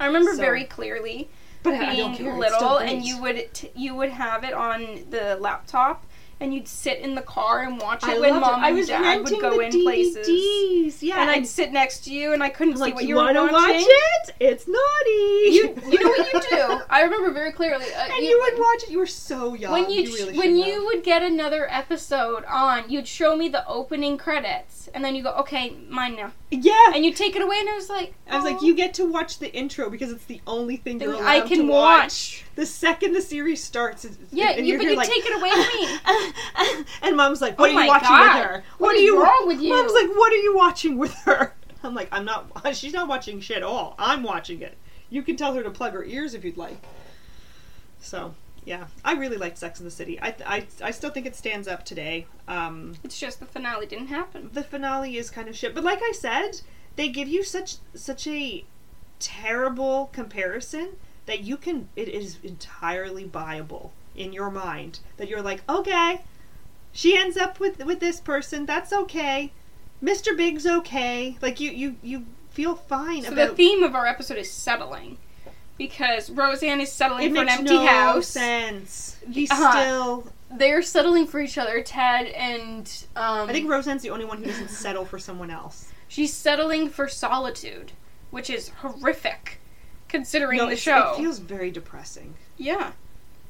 B: I remember
A: So-
B: very clearly
A: But I- I don't
B: being
A: care. It's still
B: little, and
A: great.
B: you would t- you would have it on the laptop, and you'd sit in the car and watch it
A: I
B: when
A: loved
B: mom
A: it. I
B: and
A: was
B: dad
A: renting
B: would go
A: the
B: in
A: DVDs.
B: places.
A: Yeah,
B: And I'd sit next to you, and I couldn't
A: I'm
B: see
A: like,
B: what
A: you,
B: you, were
A: want to
B: watching.
A: watch it? It's naughty.
B: You you know what you do. I remember very clearly. Uh,
A: and you would watch it. Um, You were so young.
B: when you,
A: really
B: when
A: should
B: you
A: have.
B: would get another episode on, you'd show me the opening credits, and then you go, "Okay, mine now,"
A: yeah.
B: and you take it away, and I was like,
A: I was like,
B: "Oh,
A: you get to watch the intro because it's the only thing you're
B: thing
A: allowed
B: I can
A: to
B: watch.
A: The second the series starts, it's,
B: Yeah,
A: and
B: you-
A: you're
B: but
A: here
B: you
A: like,
B: take it away from
A: me. and mom's like, "What
B: Oh
A: are
B: my
A: you watching
B: God.
A: with her?
B: What
A: are
B: is
A: you
B: wrong with you?"
A: Mom's like, "What are you watching with her?" I'm like, "I'm not. She's not watching shit at all. I'm watching it. You can tell her to plug her ears if you'd like." So yeah, I really liked Sex in the City. I I, I still think it stands up today. Um,
B: It's just the finale didn't happen.
A: the finale is kind of shit. But like I said, they give you such such a terrible comparison that you can it is entirely viable in your mind that you're like, okay, she ends up with with this person. That's okay. Mr. Big's okay. Like you you you feel fine
B: So
A: about
B: the theme of our episode is settling, because Roseanne is settling
A: it
B: for an
A: makes
B: empty
A: no
B: house.
A: sense. He's
B: Uh-huh.
A: still.
B: They're settling for each other. Ted and um,
A: I think Roseanne's the only one who doesn't settle for someone else.
B: she's settling for solitude, which is horrific, considering the
A: it's-
B: show.
A: it feels very depressing.
B: yeah,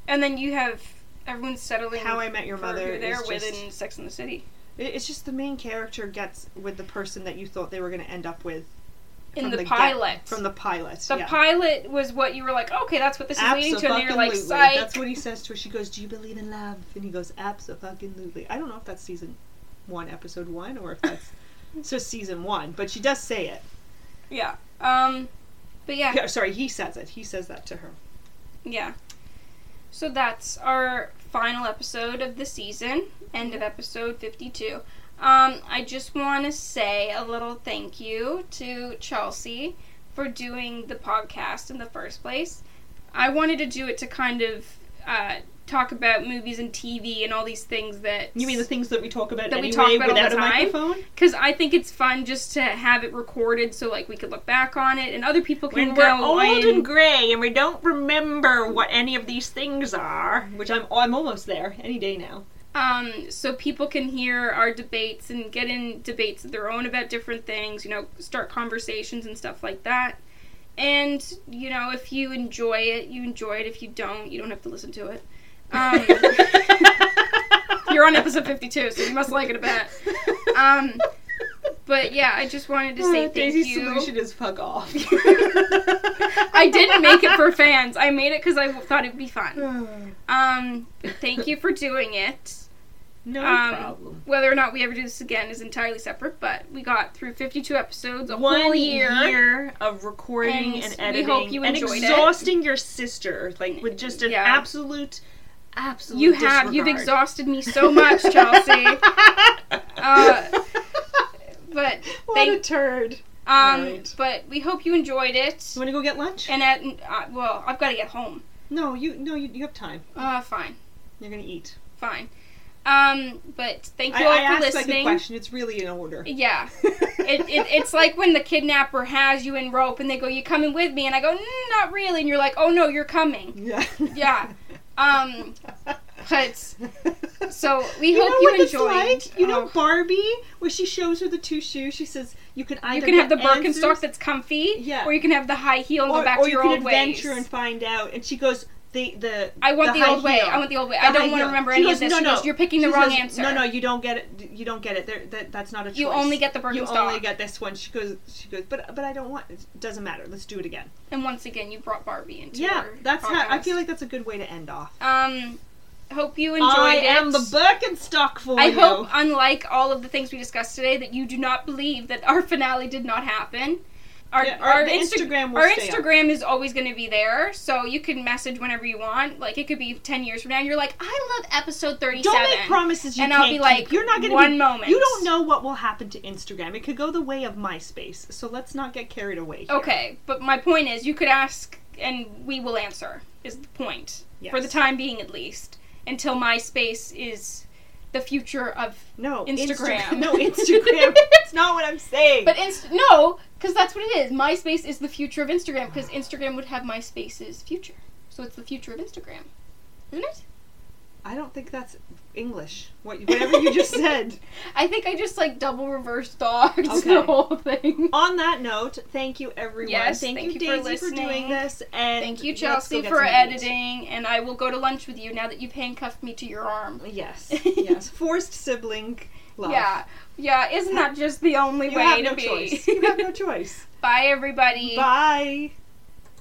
B: and then you have everyone settling.
A: How I Met Your
B: for
A: Mother
B: Who they're
A: is
B: with
A: just-
B: in Sex and the City.
A: It- It's just the main character gets with the person that you thought they were going to end up with
B: In
A: from
B: the,
A: get-
B: pilot.
A: from the pilot.
B: The
A: yeah.
B: pilot was what you were like, okay, that's what this is leading to, and then you're like,
A: Abso-fucking-lutely.
B: psych.
A: That's what he says to her. She goes, "Do you believe in love?" And he goes, "Absolutely." I don't know if that's season one, episode one, or if that's so season one. But she does say it.
B: yeah. Um, but yeah,
A: Yeah, sorry, he says it. He says that to her.
B: Yeah. So that's our final episode of the season, end of episode 52. Um, I just want to say a little thank you to Chelsea for doing the podcast in the first place. I wanted to do it to kind of uh, talk about movies and TV and all these things that
A: You mean the things that we talk about
B: That we
A: anyway
B: talk about all
A: without
B: the
A: a
B: time?
A: microphone?
B: because I think it's fun just to have it recorded so like we could look back on it and other people can
A: When we're
B: go
A: old
B: and
A: and gray and we don't remember what any of these things are, which I'm I'm almost there any day now.
B: um, so people can hear our debates and get in debates of their own about different things, you know, start conversations and stuff like that. And, you know, if you enjoy it, you enjoy it. If you don't, you don't have to listen to it. Um, you're on episode 52, so you must like it a bit. Um, but yeah, I just wanted to say
A: Uh,
B: thank
A: Daisy's
B: you.
A: solution is fuck off.
B: I didn't make it for fans. I made it because I thought it'd be fun. Um, thank you for doing it.
A: no
B: Um,
A: problem.
B: Whether or not we ever do this again is entirely separate, but we got through 52 episodes, a whole
A: One
B: year.
A: year. of recording and,
B: And we
A: editing
B: hope you
A: and
B: enjoyed it.
A: exhausting your sister like with just an
B: Yeah.
A: absolute, absolute.
B: You have. You've
A: disregard.
B: exhausted me so much, Chelsea. Uh, but
A: what a
B: thank,
A: turd!
B: um,
A: Right.
B: but we hope you enjoyed it.
A: You want to go get lunch?
B: And at uh, well, I've got to get home.
A: no, you no, you, you have time.
B: Uh, fine,
A: You're gonna eat.
B: fine. Um, but thank
A: I,
B: you all
A: I
B: for
A: asked like a
B: listening.
A: question. It's really in order.
B: yeah, it, it, it's like when the kidnapper has you in rope and they go, "You coming with me?" and I go, "Mm, "Not really," and you're like, "Oh no, you're coming."
A: yeah.
B: Yeah. Um, but so we
A: You
B: hope
A: know
B: you
A: what it's
B: enjoyed.
A: like? You know
B: Oh,
A: Barbie, where she shows her the two shoes. She says, "You can either
B: you can have the
A: get
B: Birkenstock
A: answers
B: that's comfy,
A: Yeah.
B: or you can have the high heel and
A: or,
B: go back
A: or
B: to
A: you
B: your
A: can
B: old ways.
A: adventure and find out. And she goes, the the
B: I want the,
A: high
B: old way.
A: heel.
B: I want the old way.
A: The
B: I don't
A: high
B: want to
A: heel.
B: remember
A: She
B: any
A: goes,
B: of this.
A: No,
B: She
A: no.
B: goes, you're picking the
A: She
B: wrong
A: says,
B: answer.
A: No, no, you don't get it. You don't get it. There, that, that's not a choice.
B: You only get the Birkenstock.
A: You only get this one. She goes. She goes. But but I don't want. It doesn't matter. Let's do it again.
B: and once again, you brought Barbie into
A: yeah,
B: our
A: that's how. I
B: podcast.
A: feel like that's a good way to end off.
B: Um, hope you enjoyed
A: I
B: it.
A: am the Birkenstock for
B: I
A: you.
B: hope, unlike all of the things we discussed today, that you do not believe that our finale did not happen. Our,
A: Yeah, our- the Instagram will
B: our
A: stay up.
B: Instagram is always going to be there, so you can message whenever you want. Like it could be ten years from now, and you're like, "I love episode 37.
A: Don't make promises you
B: and
A: can't
B: I'll be like,
A: keep. You're not going to
B: one
A: be,
B: moment.
A: You don't know what will happen to Instagram. It could go the way of MySpace. So let's not get carried away. Here.
B: Okay, but my point is, you could ask, and we will answer. Is the point
A: Yes.
B: for the time being, at least, until MySpace is the future of
A: No
B: Instagram.
A: no Instagram. It's not what I'm saying.
B: But inst- no, because that's what it is. MySpace is the future of Instagram because Instagram would have MySpace's future. So it's the future of Instagram, isn't it?
A: I don't think that's English. What, whatever you just said.
B: I think I just like double reverse dogged
A: Okay.
B: the whole thing.
A: On that note, thank you everyone.
B: Yes,
A: thank,
B: thank
A: you,
B: you for
A: Daisy for, doing
B: listening.
A: this. And
B: Thank you,
A: let's go
B: Chelsea,
A: get
B: for
A: some eat.
B: editing. And I will go to lunch with you now that you've handcuffed me to your arm.
A: Yes, yes. Forced sibling love.
B: Yeah, yeah. Isn't that just the only
A: You
B: way
A: have
B: to
A: no
B: be?
A: choice. You have no choice.
B: Bye, everybody.
A: Bye.